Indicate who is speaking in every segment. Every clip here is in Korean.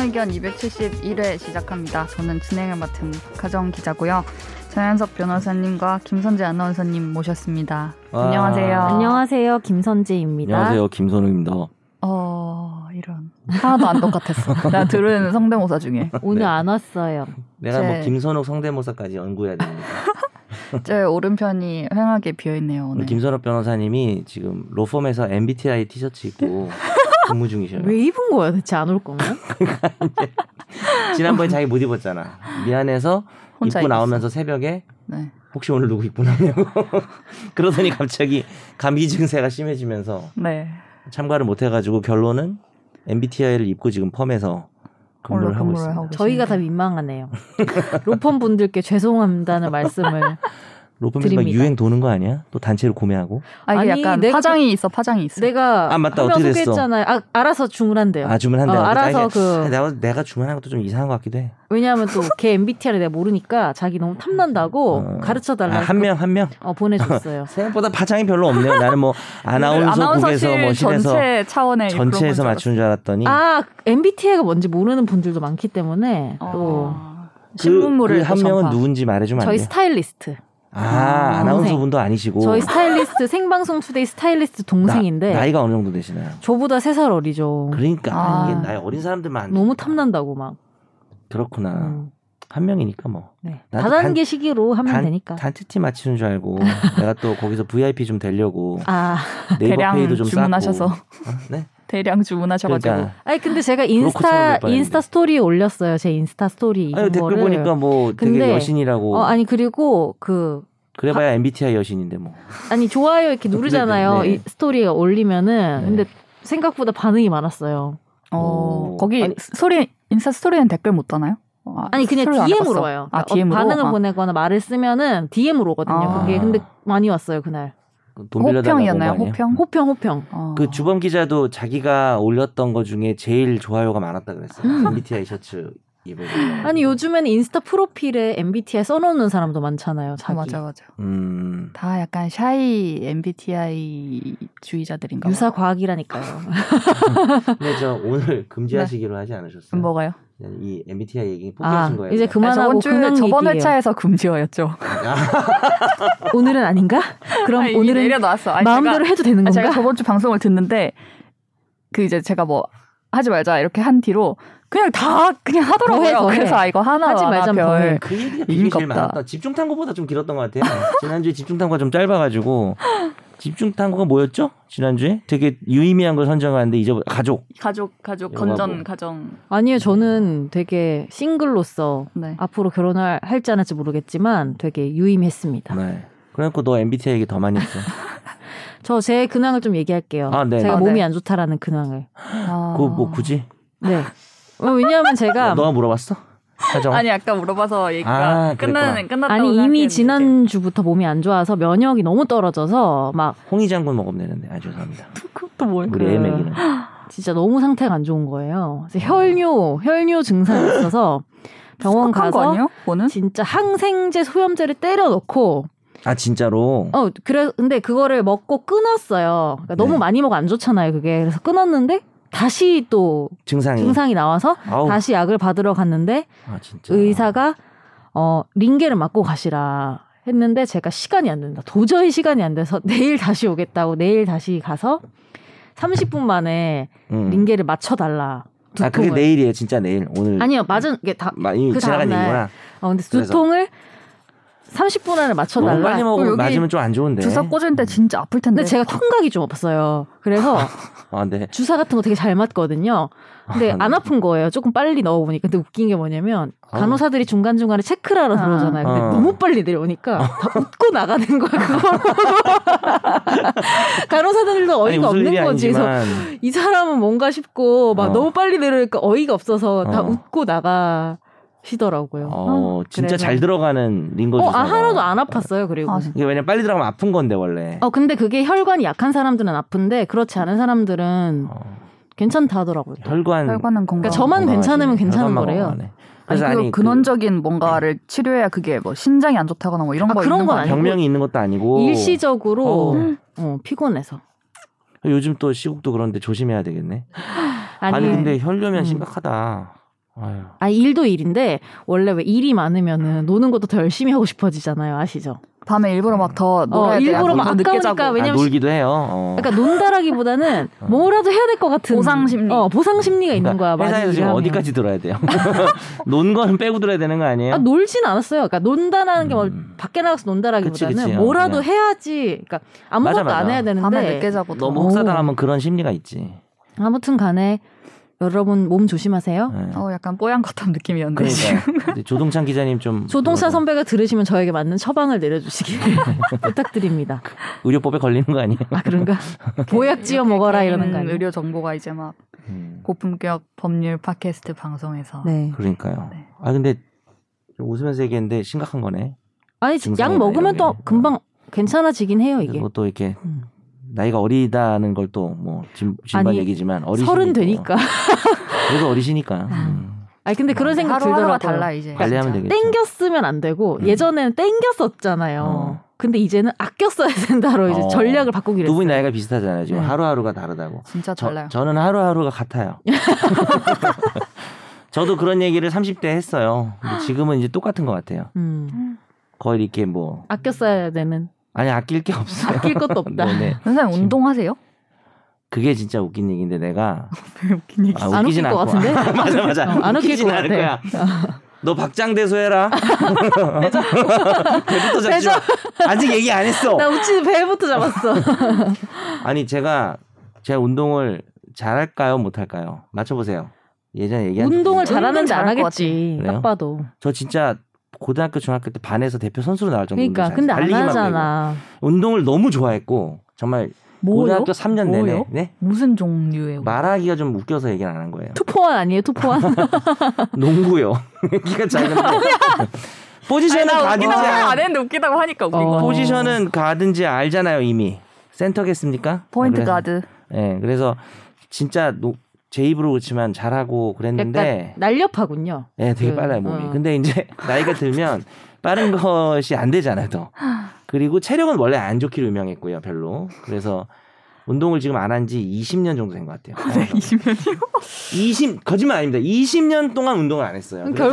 Speaker 1: 의견 271회 시작합니다. 저는 진행을 맡은 박하정 기자고요. 전현석 변호사님과 김선재 아나운서님 모셨습니다.
Speaker 2: 와.
Speaker 1: 안녕하세요.
Speaker 3: 안녕하세요, 김선지입니다.
Speaker 2: 아, 안녕하세요, 김선욱입니다.
Speaker 1: 어 이런 하나도 안 똑같았어. 나 들은 성대모사 중에
Speaker 3: 오늘
Speaker 2: 네.
Speaker 3: 안 왔어요.
Speaker 2: 내가
Speaker 1: 제-
Speaker 2: 뭐 김선욱 성대모사까지 연구해야 됩니다.
Speaker 1: 제 오른편이 휑하게 비어 있네요 오늘.
Speaker 2: 김선욱 변호사님이 지금 로펌에서 MBTI 티셔츠 입고 근무 중이셔요.
Speaker 3: 왜 입은 거야? 대체 안 올 거면?
Speaker 2: 지난번에 자기 못 입었잖아. 미안해서
Speaker 1: 혼자
Speaker 2: 입고
Speaker 1: 입었어.
Speaker 2: 나오면서 새벽에
Speaker 1: 네.
Speaker 2: 혹시 오늘 누구 입고 나냐고 그러더니 갑자기 감기 증세가 심해지면서
Speaker 1: 네.
Speaker 2: 참가를 못 해가지고 결론은 MBTI를 입고 지금 펌에서 근무를
Speaker 1: 오늘
Speaker 2: 하고
Speaker 1: 어, 근무를
Speaker 2: 있습니다.
Speaker 1: 하고
Speaker 3: 저희가 다 민망하네요. 로펌 분들께 죄송합니다는 말씀을.
Speaker 2: 로펌이 막
Speaker 3: 드립니다.
Speaker 2: 유행 도는 거 아니야? 또 단체로 구매하고?
Speaker 1: 아 이게
Speaker 3: 아니,
Speaker 1: 약간
Speaker 3: 내가
Speaker 1: 파장이 있어 파장이 있어.
Speaker 3: 내가
Speaker 2: 아, 맞다.
Speaker 3: 하면
Speaker 2: 어떻게 됐어?
Speaker 3: 소개했잖아요. 아, 알아서 주문한대요.
Speaker 2: 아 주문한다.
Speaker 3: 어, 알아서 그-
Speaker 2: 내가 내가 주문한 것도 좀 이상한 것 같기도 해. 아,
Speaker 3: 왜냐하면 또 걔 MBTI를 내가 모르니까 자기 너무 탐난다고
Speaker 2: 어.
Speaker 3: 가르쳐 달라고
Speaker 2: 아, 한 명 한 명.
Speaker 3: 어, 보내줬어요.
Speaker 2: 생각보다 파장이 별로 없네요. 나는 뭐 아나운서국에서 뭐 실에서
Speaker 1: 전체 차원의
Speaker 2: 전체에서
Speaker 1: 그런 건
Speaker 2: 맞추는 줄 알았더니
Speaker 3: 아, MBTI가 뭔지 모르는 분들도 많기 때문에
Speaker 1: 줄 알았어.
Speaker 3: 또
Speaker 1: 어.
Speaker 2: 그-
Speaker 1: 신문물을
Speaker 2: 그, 한
Speaker 1: 또
Speaker 2: 명은
Speaker 1: 전파.
Speaker 2: 누군지 말해주면 안
Speaker 3: 저희
Speaker 2: 돼요.
Speaker 3: 스타일리스트,
Speaker 2: 아 아나운서
Speaker 3: 동생.
Speaker 2: 분도 아니시고
Speaker 3: 저희 스타일리스트 생방송 투데이 스타일리스트 동생인데
Speaker 2: 나, 이가 어느 정도 되시나요?
Speaker 3: 저보다 세 살 어리죠.
Speaker 2: 그러니까
Speaker 1: 아.
Speaker 2: 이게 나이 어린 사람들만 안
Speaker 3: 너무
Speaker 2: 되니까.
Speaker 3: 탐난다고 막.
Speaker 2: 그렇구나
Speaker 3: 음.
Speaker 2: 한 명이니까 뭐
Speaker 3: 네.
Speaker 2: 어. 나도
Speaker 3: 다단계 시기로 하면
Speaker 2: 단,
Speaker 3: 되니까.
Speaker 2: 단체 팀 맞추는 줄 알고 내가 또 거기서 VIP 좀 되려고
Speaker 3: 아,
Speaker 2: 네이버
Speaker 1: 대량
Speaker 2: 페이도 좀
Speaker 1: 주문하셔서.
Speaker 2: 쌓고 어? 네
Speaker 1: 대량 주문하셔가지고
Speaker 2: 그러니까
Speaker 3: 아니 근데 제가
Speaker 2: 브로커처럼
Speaker 3: 인스타
Speaker 2: 될 뻔했네.
Speaker 3: 인스타 스토리에 올렸어요. 제 인스타 스토리
Speaker 2: 아니
Speaker 3: 이런
Speaker 2: 댓글
Speaker 3: 거를.
Speaker 2: 보니까 뭐 되게
Speaker 3: 근데-
Speaker 2: 여신이라고
Speaker 3: 어 아니 그리고 그
Speaker 2: 그래봐야 MBTI 여신인데 뭐
Speaker 3: 아니 좋아요 이렇게 누르잖아요.
Speaker 2: 네, 네.
Speaker 3: 이 스토리에 올리면은
Speaker 2: 네.
Speaker 3: 근데 생각보다 반응이 많았어요.
Speaker 1: 어
Speaker 2: 오.
Speaker 1: 거기
Speaker 2: 아니,
Speaker 1: 소리 인스타 스토리는 댓글 못 다나요? 아,
Speaker 3: 아니 그냥
Speaker 1: 스토리를 안
Speaker 3: DM으로
Speaker 1: 해봤어.
Speaker 3: 와요.
Speaker 1: 아
Speaker 3: 그러니까 어,
Speaker 1: DM으로
Speaker 3: 반응을
Speaker 1: 아,
Speaker 3: 보내거나 말을 쓰면은 DM으로 오거든요.
Speaker 1: 아.
Speaker 3: 그게 근데 많이 왔어요 그날.
Speaker 2: 돈 빌려달라고 온거
Speaker 1: 호평이었나요?
Speaker 2: 아니에요?
Speaker 1: 호평?
Speaker 3: 호평 호평.
Speaker 1: 어.
Speaker 2: 그 주범 기자도 자기가 올렸던 거 중에 제일 좋아요가 많았다 그랬어요. MBTI 셔츠 입은. 거.
Speaker 3: 아니 요즘에는 인스타 프로필에 MBTI 써놓는 사람도 많잖아요.
Speaker 1: 아,
Speaker 2: 어,
Speaker 3: 자기.
Speaker 1: 맞아 맞아.
Speaker 2: 음.
Speaker 1: 다 약간 샤이 MBTI 주의자들인가?
Speaker 3: 유사 과학이라니까요.
Speaker 2: 근데 저 오늘 금지하시기로 하지 않으셨어요?
Speaker 1: 봐. 뭐가요?
Speaker 2: 그냥 이 MBTI 얘기 포기하신
Speaker 3: 네. 아
Speaker 2: 거예요.
Speaker 3: 이제
Speaker 2: 그냥?
Speaker 3: 그만하고
Speaker 1: 아니, 저번 주
Speaker 3: 근황
Speaker 1: 저번
Speaker 3: 얘기예요.
Speaker 1: 회차에서 금지어였죠.
Speaker 2: 아,
Speaker 3: 오늘은 아닌가? 그럼 오늘은
Speaker 1: 내려놨어. 아니,
Speaker 3: 마음대로
Speaker 1: 제가,
Speaker 3: 해도 되는
Speaker 1: 아니,
Speaker 3: 건가?
Speaker 1: 제가 저번 주 방송을 듣는데 그 이제 제가 뭐 하지 말자 이렇게 한 뒤로 그냥 다 그냥 하더라고요.
Speaker 3: 더뭐 해, 더 해.
Speaker 1: 그래서 아 이거 하나
Speaker 3: 하지 말자,
Speaker 1: 하나
Speaker 3: 더
Speaker 1: 별.
Speaker 3: 해.
Speaker 2: 그 얘기가 되게
Speaker 1: 의미가
Speaker 2: 제일
Speaker 1: 없다.
Speaker 2: 많았다. 집중 탐구보다 좀 길었던 것 같아요. 지난주에 집중 탐구가 좀 짧아가지고 집중 탐구가 뭐였죠? 지난주에 되게 유의미한 걸 선정하는데 잊어 가족.
Speaker 1: 가족 가족
Speaker 2: 영화
Speaker 1: 건전
Speaker 2: 뭐.
Speaker 1: 가정
Speaker 3: 아니에요. 저는 되게 싱글로서
Speaker 1: 네.
Speaker 3: 앞으로 결혼할 할지 안 할지 모르겠지만 되게 유임했습니다.
Speaker 2: 네. 그래놓고 너 MBTI 얘기 더 많이 했어.
Speaker 3: 저 제 근황을 좀 얘기할게요.
Speaker 2: 아, 네.
Speaker 3: 제가
Speaker 1: 아,
Speaker 3: 몸이
Speaker 1: 네.
Speaker 3: 안 좋다라는 근황을.
Speaker 1: 아.
Speaker 2: 그거 뭐 굳이?
Speaker 3: 네. 어, 왜냐하면 제가
Speaker 2: 너가 물어봤어? 하정.
Speaker 1: 아니 아까 물어봐서 얘기가
Speaker 2: 아,
Speaker 1: 끝나는 끝났다고
Speaker 3: 아니
Speaker 1: 생각했는데
Speaker 3: 이미
Speaker 1: 이제
Speaker 3: 지난 주부터 몸이 안 좋아서 면역이 너무 떨어져서 막
Speaker 2: 홍희 장군 먹으면 되는데 아 죄송합니다.
Speaker 1: 또 뭐, 뭘?
Speaker 2: 우리
Speaker 3: 그-
Speaker 2: 애매기는
Speaker 3: 진짜 너무 상태가 안 좋은 거예요. 그래서
Speaker 2: 아.
Speaker 3: 혈뇨 혈뇨 증상이 있어서 병원
Speaker 1: 수컷한 거
Speaker 3: 가서
Speaker 1: 아니에요? 보는
Speaker 3: 진짜 항생제 소염제를 때려 넣고
Speaker 2: 아 진짜로.
Speaker 3: 어, 그래, 근데 그거를 먹고 끊었어요. 그러니까 너무
Speaker 2: 네.
Speaker 3: 많이 먹으면 안 좋잖아요, 그게. 그래서 끊었는데, 다시 또
Speaker 2: 증상이.
Speaker 3: 증상이 나와서
Speaker 2: 아우.
Speaker 3: 다시 약을 받으러 갔는데,
Speaker 2: 아 진짜.
Speaker 3: 의사가, 어, 링겔을 맞고 가시라 했는데, 제가 시간이 안 된다. 도저히 시간이 안 돼서 내일 다시 오겠다고 내일 다시 가서 30분 만에
Speaker 2: 음.
Speaker 3: 링겔을 맞춰달라.
Speaker 2: 아 그게
Speaker 3: 두통을.
Speaker 2: 내일이에요. 진짜 내일. 오늘.
Speaker 3: 아니요, 맞은 게 다,
Speaker 2: 많이
Speaker 3: 그
Speaker 2: 지나간
Speaker 3: 다음날.
Speaker 2: 일이구나.
Speaker 3: 어, 근데
Speaker 2: 그래서.
Speaker 3: 두통을 30분 안에
Speaker 2: 너무
Speaker 3: 맞춰달라.
Speaker 2: 빨리
Speaker 1: 그럼
Speaker 2: 먹으면
Speaker 1: 여기
Speaker 2: 맞으면 좀 안 좋은데.
Speaker 1: 주사 꽂을 때 진짜 아플 텐데.
Speaker 3: 근데 제가 통각이 좀 없어요. 그래서
Speaker 2: 아 네.
Speaker 3: 주사 같은 거 되게 잘 맞거든요. 근데
Speaker 2: 아,
Speaker 3: 안 아픈 거예요. 조금 빨리 넣어보니까. 근데 웃긴 게 뭐냐면 간호사들이 중간중간에 체크를 하러
Speaker 1: 아.
Speaker 3: 들어오잖아요. 근데
Speaker 2: 어.
Speaker 3: 너무 빨리 내려오니까
Speaker 2: 아.
Speaker 3: 다 웃고 나가는 거야. 그걸 간호사들도
Speaker 2: 아니,
Speaker 3: 어이가
Speaker 2: 웃을 일이
Speaker 3: 없는 거지. 그래서
Speaker 2: 아니지만
Speaker 3: 이 사람은 뭔가 싶고 막
Speaker 2: 어.
Speaker 3: 너무 빨리 내려오니까 어이가 없어서 다
Speaker 2: 어.
Speaker 3: 웃고 나가시더라고요.
Speaker 2: 어, 진짜
Speaker 3: 아, 그래서.
Speaker 2: 잘 들어가는 링거
Speaker 3: 어,
Speaker 2: 주사.
Speaker 3: 아, 하나도 안 아팠어요. 그리고.
Speaker 1: 아, 진짜?
Speaker 2: 이게 왜냐 면 빨리 들어가면 아픈 건데 원래.
Speaker 3: 어, 근데 그게 혈관이 약한 사람들은 아픈데 그렇지 않은 사람들은
Speaker 2: 어,
Speaker 3: 괜찮다 하더라고요.
Speaker 2: 혈관.
Speaker 1: 혈관은 건강.
Speaker 3: 그러니까 저만
Speaker 2: 건강하지.
Speaker 3: 괜찮으면 괜찮은
Speaker 2: 혈관만
Speaker 3: 거래요.
Speaker 2: 건강하네.
Speaker 1: 아니,
Speaker 2: 그래서
Speaker 1: 그
Speaker 2: 아니, 그
Speaker 1: 근원적인 뭔가를 치료해야 그게 뭐 신장이 안 좋다거나 뭐 이런
Speaker 3: 아,
Speaker 1: 거
Speaker 3: 그런
Speaker 1: 있는
Speaker 3: 건
Speaker 1: 거 아니에요?
Speaker 3: 아니고.
Speaker 2: 병명이 있는 것도 아니고.
Speaker 3: 일시적으로
Speaker 2: 어.
Speaker 3: 어, 피곤해서.
Speaker 2: 요즘 또 시국도 그런데 조심해야 되겠네. 아니,
Speaker 3: 아니,
Speaker 2: 근데 혈뇨면
Speaker 3: 음.
Speaker 2: 심각하다. 아유.
Speaker 3: 아 일도 일인데 원래 왜 일이 많으면은 노는 것도 더 열심히 하고 싶어지잖아요. 아시죠?
Speaker 1: 밤에 일부러 막 더 놀아야 돼.
Speaker 3: 어, 일부러 막
Speaker 1: 약간 늦게
Speaker 3: 아까우니까
Speaker 1: 자고.
Speaker 3: 왜-
Speaker 2: 아,
Speaker 3: 왜냐면
Speaker 2: 놀기도 해요. 어.
Speaker 3: 그러니까 논다라기보다는
Speaker 2: 어.
Speaker 3: 뭐라도 해야 될 것 같은
Speaker 1: 보상 심리.
Speaker 3: 어, 보상 심리가 있는 거야.
Speaker 2: 그러니까
Speaker 3: 많이
Speaker 2: 회사에서 지금
Speaker 3: 일하면.
Speaker 2: 어디까지 들어야 돼요? 논 거는 빼고 들어야 되는 거 아니에요?
Speaker 3: 아, 놀진 않았어요. 그러니까 논다라는 게 뭐
Speaker 2: 음.
Speaker 3: 밖에 나가서 논다라기보다는
Speaker 2: 그치, 그치. 어,
Speaker 3: 뭐라도
Speaker 2: 그냥.
Speaker 3: 해야지. 그러니까 아무것도
Speaker 2: 맞아, 맞아.
Speaker 3: 안 해야 되는데
Speaker 1: 밤에 늦게 자고.
Speaker 2: 뭐 너무
Speaker 1: 더.
Speaker 2: 혹사당하면 그런 심리가 있지.
Speaker 3: 아무튼 간에 여러분 몸 조심하세요.
Speaker 2: 네.
Speaker 1: 어, 약간 뽀얀 거탑 느낌이었는데 지금.
Speaker 2: 그러니까 이제 조동찬 기자님 좀
Speaker 3: 조동찬
Speaker 2: 그거
Speaker 3: 선배가 들으시면 저에게 맞는 처방을 내려주시길 부탁드립니다.
Speaker 2: 의료법에 걸리는 거 아니에요?
Speaker 3: 아 그런가? 보약 지어 먹어라 이러는 거
Speaker 1: 개인
Speaker 3: 아니에요?
Speaker 1: 의료 정보가 이제 막
Speaker 2: 음,
Speaker 1: 고품격 법률 팟캐스트 방송에서
Speaker 3: 네.
Speaker 2: 그러니까요.
Speaker 1: 네.
Speaker 2: 아 근데 좀 웃으면서 얘기했는데 심각한 거네.
Speaker 3: 아니 지-
Speaker 2: 증상이나
Speaker 3: 약 먹으면 또
Speaker 2: 이런 게.
Speaker 3: 금방 괜찮아지긴 해요 이게.
Speaker 2: 뭐 또 이렇게
Speaker 3: 음.
Speaker 2: 나이가 어리다는 걸 또뭐 진반
Speaker 3: 아니,
Speaker 2: 얘기지만 어리시
Speaker 3: 서른 되니까.
Speaker 2: 그래도
Speaker 3: 아,
Speaker 2: 어리시니까 음,
Speaker 3: 아니 근데 그런 생각
Speaker 1: 하루하루가
Speaker 3: 들더라고요.
Speaker 1: 달라 이제.
Speaker 2: 관리하면
Speaker 1: 진짜.
Speaker 2: 되겠죠.
Speaker 3: 땡겼으면 안 되고
Speaker 2: 음.
Speaker 3: 예전에는 땡겼었잖아요.
Speaker 2: 어.
Speaker 3: 근데 이제는 아껴 써야 된다로 이제
Speaker 2: 어.
Speaker 3: 전략을 바꾸기로
Speaker 2: 두 분이
Speaker 3: 했어요.
Speaker 2: 나이가 비슷하잖아요. 지금
Speaker 3: 네.
Speaker 2: 하루하루가 다르다고.
Speaker 1: 진짜 달라요.
Speaker 2: 저, 저는 하루하루가 같아요. 저도 그런 얘기를 30대 했어요. 근데 지금은 이제 똑같은 것 같아요.
Speaker 3: 음.
Speaker 2: 거의 이렇게 뭐
Speaker 3: 아껴 써야 되는
Speaker 2: 아니 아낄 게 없어요.
Speaker 3: 아낄 것도 없다.
Speaker 2: 네네.
Speaker 1: 선생님 운동하세요?
Speaker 2: 그게 진짜 웃긴 얘기인데 내가
Speaker 1: 왜 웃긴 얘기.
Speaker 2: 아,
Speaker 3: 안 웃길
Speaker 2: 웃기진
Speaker 3: 것
Speaker 2: 않고.
Speaker 3: 같은데?
Speaker 2: 맞아 맞아.
Speaker 3: 어, 안 웃길
Speaker 2: 웃기진
Speaker 3: 것
Speaker 2: 않을
Speaker 3: 같아.
Speaker 2: 거야. 너 박장대소 해라. 배부터 잡지 마. 아직 얘기 안 했어.
Speaker 3: 나 우치 배부터 잡았어.
Speaker 2: 아니 제가 제가 운동을 잘할까요 못할까요? 맞춰보세요. 예전에 얘기한 적
Speaker 3: 운동을
Speaker 2: 있는데.
Speaker 3: 잘하는지 안
Speaker 1: 잘할 것
Speaker 3: 하겠지.
Speaker 2: 같아.
Speaker 3: 딱 봐도.
Speaker 2: 저 진짜 고등학교 중학교 때 반에서 대표 선수로 나올 정도로
Speaker 3: 그러니까
Speaker 2: 운동
Speaker 3: 근데
Speaker 2: 잘했어요.
Speaker 3: 안
Speaker 2: 달리기만
Speaker 3: 하잖아.
Speaker 2: 빼고. 운동을 너무 좋아했고 정말
Speaker 3: 뭐요?
Speaker 2: 고등학교 3년
Speaker 1: 뭐요?
Speaker 2: 내내 네?
Speaker 1: 무슨 종류의 운동?
Speaker 2: 말하기가 좀 웃겨서 얘기를 안 한 거예요.
Speaker 3: 투포환 아니에요? 투포환.
Speaker 2: 농구요. 키가 작은데
Speaker 3: 아,
Speaker 2: 포지션은
Speaker 1: 아니, 나 웃기다고
Speaker 2: 가든지
Speaker 1: 생각
Speaker 2: 알-
Speaker 1: 안 했는데 웃기다고 하니까 뭐. 웃긴
Speaker 3: 어.
Speaker 1: 거.
Speaker 2: 포지션은 가든지 알잖아요 이미 센터겠습니까?
Speaker 1: 포인트
Speaker 2: 그래서-
Speaker 1: 가드.
Speaker 2: 예, 그래서 진짜 노- 제 입으로 그렇지만 잘하고
Speaker 3: 약간
Speaker 2: 그랬는데
Speaker 3: 날렵하군요.
Speaker 2: 예, 되게
Speaker 3: 그,
Speaker 2: 빨라요 몸이.
Speaker 3: 어.
Speaker 2: 근데 이제 나이가 들면 빠른 것이 안 되잖아요, 더. 그리고 체력은 원래 안 좋기로 유명했고요, 별로. 그래서 운동을 지금 안 한 지 20년 정도 된 것
Speaker 3: 네,
Speaker 2: 같아요.
Speaker 1: 20년이요?
Speaker 2: 20 거짓말 아닙니다. 20년 동안 운동을 안 했어요.
Speaker 3: 그럼
Speaker 2: 그래서
Speaker 3: 아,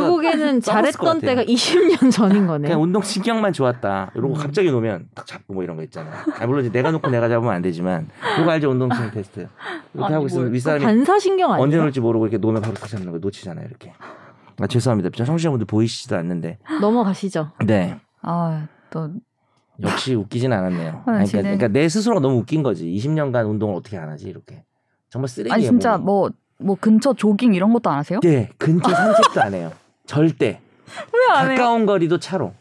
Speaker 2: 썩었을
Speaker 3: 결국에는
Speaker 2: 것 같아요.
Speaker 3: 잘했던 때가 20년 전인 거네.
Speaker 2: 그냥 운동 신경만 좋았다. 이러고
Speaker 3: 음.
Speaker 2: 갑자기 놓으면 딱 잡고 뭐 이런 거 있잖아요. 아, 물론 이제 내가 놓고 내가 잡으면 안 되지만 그거 알죠 운동 신경 테스트. 이렇게
Speaker 1: 아니, 뭐
Speaker 2: 하고 있으면
Speaker 1: 뭘.
Speaker 2: 윗사람이
Speaker 3: 그 반사신경 뭐, 아니에요?
Speaker 2: 언제 놓을지 모르고 이렇게 놓으면 바로 탁 잡는 거 놓치잖아요 이렇게. 아, 죄송합니다. 저 청취자분들 보이시지도 않는데.
Speaker 3: 넘어가시죠.
Speaker 2: 네.
Speaker 1: 아, 또
Speaker 2: 역시 웃기진 않았네요.
Speaker 1: 아,
Speaker 2: 아니, 그러니까,
Speaker 1: 지금.
Speaker 2: 그러니까 내 스스로가 너무 웃긴 거지. 20년간 운동을 어떻게 안 하지 이렇게. 정말 쓰레기예요.
Speaker 1: 아니 진짜
Speaker 2: 몸이.
Speaker 1: 뭐 뭐 근처 조깅 이런 것도 안 하세요?
Speaker 2: 네, 근처 산책도 안 해요. 절대.
Speaker 1: 아, 왜 안 해요?
Speaker 2: 가까운 거리도 차로.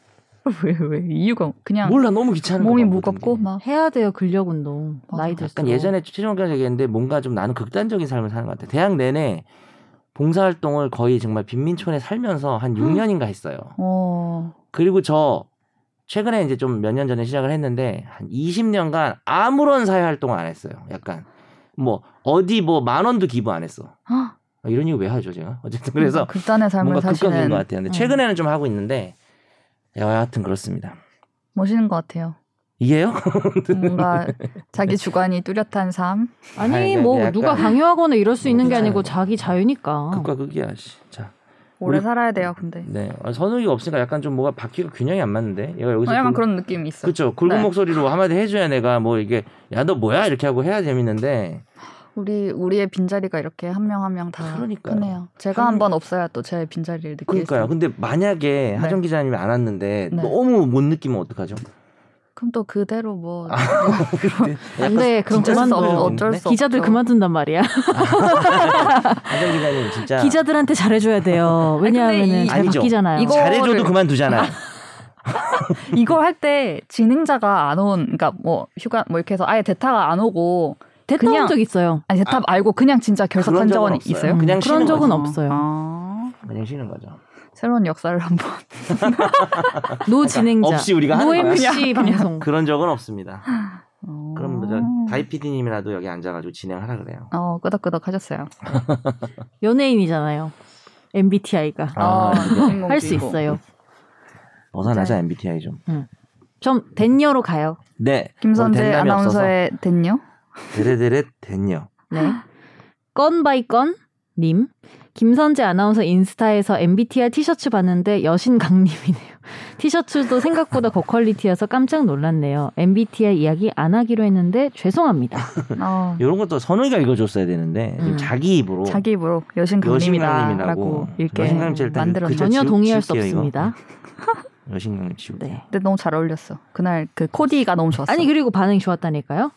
Speaker 1: 왜 왜 이유가 그냥
Speaker 2: 몰라 너무 귀찮은
Speaker 1: 몸이
Speaker 2: 예. 거
Speaker 1: 무겁고 막
Speaker 3: 해야 돼요 근력 운동
Speaker 1: 맞아.
Speaker 3: 나이 들수록
Speaker 2: 약간 예전에 최종까지 얘기했는데 뭔가 좀 나는 극단적인 삶을 사는 것 같아. 대학 내내 봉사활동을 거의 정말 빈민촌에 살면서 한
Speaker 1: 음.
Speaker 2: 6년인가 했어요.
Speaker 1: 어.
Speaker 2: 그리고 저 최근에 이제 좀 몇 년 전에 시작을 했는데 한 20년간 아무런 사회 활동을 안 했어요. 약간 뭐 어디 뭐 만 원도 기부 안 했어.
Speaker 1: 헉,
Speaker 2: 아, 이런 이유 왜 하죠 제가? 어쨌든 그래서
Speaker 1: 극단의 삶을
Speaker 2: 뭔가
Speaker 1: 음, 사시는
Speaker 2: 급격인 것 같아요. 근데
Speaker 3: 음.
Speaker 2: 최근에는 좀 하고 있는데 여하튼 그렇습니다.
Speaker 1: 멋있는 것 같아요.
Speaker 2: 이게요?
Speaker 1: 뭔가 자기 주관이 뚜렷한 삶.
Speaker 3: 아니
Speaker 2: 아니,
Speaker 3: 뭐
Speaker 2: 약간 그렇죠.
Speaker 3: 누가 강요하거나 이럴 수 있는 게 아니고
Speaker 2: 괜찮아요.
Speaker 3: 자기
Speaker 1: 어.
Speaker 3: 자유니까
Speaker 2: 극과 극이야. 씨. 자,
Speaker 1: 오래
Speaker 2: 우리-
Speaker 1: 살아야 돼요, 근데. 어,
Speaker 2: 네 아, 선우기가 없으니까 약간 좀 뭐가 바퀴가 균형이 안 맞는데 얘가
Speaker 1: 어,
Speaker 2: 여기서
Speaker 1: 약간
Speaker 2: 굵-
Speaker 1: 그런 느낌이 있어.
Speaker 2: 그쵸 굵은
Speaker 1: 네.
Speaker 2: 목소리로 한마디 해줘야 내가 뭐 이게 야 너 뭐야 이렇게 하고 해야 재밌는데
Speaker 1: 우리 우리의 빈자리가 이렇게 한 명 한 명 다
Speaker 2: 그러니까요.
Speaker 1: 크네요. 제가
Speaker 2: 한
Speaker 1: 한번 없어야 또 제 빈자리를 느낄 수.
Speaker 2: 그러니까요. 근데 만약에 하정 기자님이 안 왔는데
Speaker 1: 네.
Speaker 2: 너무 못 느끼면 어떡하죠?
Speaker 1: 그럼 또 그대로 뭐
Speaker 2: 아.
Speaker 3: 안 돼, 그럼
Speaker 1: 어쩔 수
Speaker 3: 그만둬.
Speaker 1: 없는 어쩔
Speaker 2: 어쩔
Speaker 1: 수
Speaker 3: 기자들
Speaker 1: 없죠.
Speaker 3: 그만둔단 말이야
Speaker 2: 하정 기자님 진짜
Speaker 3: 기자들한테 잘해줘야 돼요
Speaker 1: 근데
Speaker 3: 왜냐하면
Speaker 1: 이-
Speaker 3: 잘
Speaker 2: 아니죠.
Speaker 3: 바뀌잖아요
Speaker 1: 이거-
Speaker 2: 잘해줘도
Speaker 1: 이거를-
Speaker 2: 그만두잖아요.
Speaker 1: 이걸 할 때 진행자가 안 온, 그러니까 뭐 휴가 뭐 이렇게 해서 아예 대타가 안 오고
Speaker 3: 됐던
Speaker 1: 그냥-
Speaker 3: 적 있어요
Speaker 1: 아니 대타 알고 그냥 진짜 결석한
Speaker 2: 그런 적은
Speaker 1: 적은
Speaker 2: 없어요.
Speaker 1: 있어요?
Speaker 2: 그냥
Speaker 3: 그런
Speaker 2: 쉬는
Speaker 3: 적은
Speaker 2: 거죠.
Speaker 3: 없어요
Speaker 1: 아,
Speaker 2: 그냥 쉬는 거죠.
Speaker 1: 새로운 역사를 한번.
Speaker 3: 노 진행자
Speaker 2: 아, 그러니까 없이 우리가
Speaker 3: 노
Speaker 2: 하는 거야.
Speaker 3: MC 방송
Speaker 2: 그런 적은 없습니다.
Speaker 1: 어.
Speaker 2: 그럼 저 다이 PD님이라도 여기 앉아가지고 진행하라 그래요.
Speaker 1: 어 끄덕끄덕 하셨어요.
Speaker 3: 연예인이잖아요 MBTI가
Speaker 1: 어,
Speaker 2: 아,
Speaker 3: 할 수 있어요
Speaker 2: 벗어나자 MBTI 좀.
Speaker 3: 좀 댄녀로 가요
Speaker 2: 네.
Speaker 1: 김선재
Speaker 2: 오늘 댄담이
Speaker 1: 아나운서의 됐요
Speaker 2: 없어서 데레데레 됐요.
Speaker 3: 네. 건 바이 건 님. 김선재 아나운서 인스타에서 MBTI 티셔츠 봤는데 여신 강림이네요. 티셔츠도 생각보다 고퀄리티여서 깜짝 놀랐네요. MBTI 이야기 안 하기로 했는데 죄송합니다.
Speaker 1: 어,
Speaker 2: 이런 것도 선우이가 읽어줬어야 되는데 지금
Speaker 3: 음.
Speaker 2: 자기 입으로
Speaker 1: 자기 입으로 여신 강림이다라고
Speaker 2: 뭐 여신강림이라고 음,
Speaker 1: 읽게
Speaker 2: 여신강림 제일 일단
Speaker 1: 만들었네.
Speaker 2: 그저-
Speaker 3: 전혀
Speaker 2: 지울-
Speaker 3: 동의할 수
Speaker 2: 지울게요, 이거.
Speaker 3: 없습니다.
Speaker 2: 여신강림 지우.
Speaker 3: 네.
Speaker 1: 근데 너무 잘 어울렸어. 그날 그 코디가 너무 좋았어.
Speaker 3: 아니 그리고 반응이 좋았다니까요.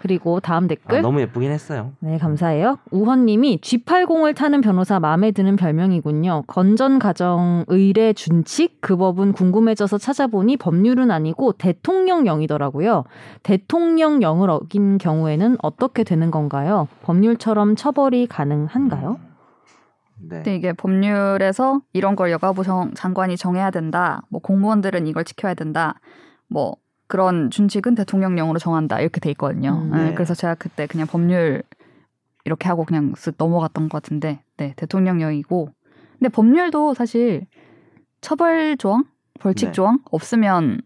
Speaker 3: 그리고 다음 댓글.
Speaker 2: 아, 너무 예쁘긴 했어요.
Speaker 3: 네, 감사해요. 우헌님이 G80을 타는 변호사 마음에 드는 별명이군요. 건전 가정 의례 준칙 그 법은 궁금해져서 찾아보니 법률은 아니고 대통령령이더라고요. 대통령령을 어긴 경우에는 어떻게 되는 건가요? 법률처럼 처벌이 가능한가요?
Speaker 2: 네.
Speaker 1: 근데 이게 법률에서 이런 걸 여가부 정- 장관이 정해야 된다. 뭐 공무원들은 이걸 지켜야 된다. 뭐 그런 준칙은 대통령령으로 정한다. 이렇게 돼 있거든요.
Speaker 3: 음.
Speaker 1: 네,
Speaker 2: 네.
Speaker 1: 그래서 제가 그때 그냥 법률 이렇게 하고 그냥 쓱 넘어갔던 것 같은데, 네 대통령령이고. 근데 법률도 사실 처벌 조항, 벌칙
Speaker 2: 네.
Speaker 1: 조항 없으면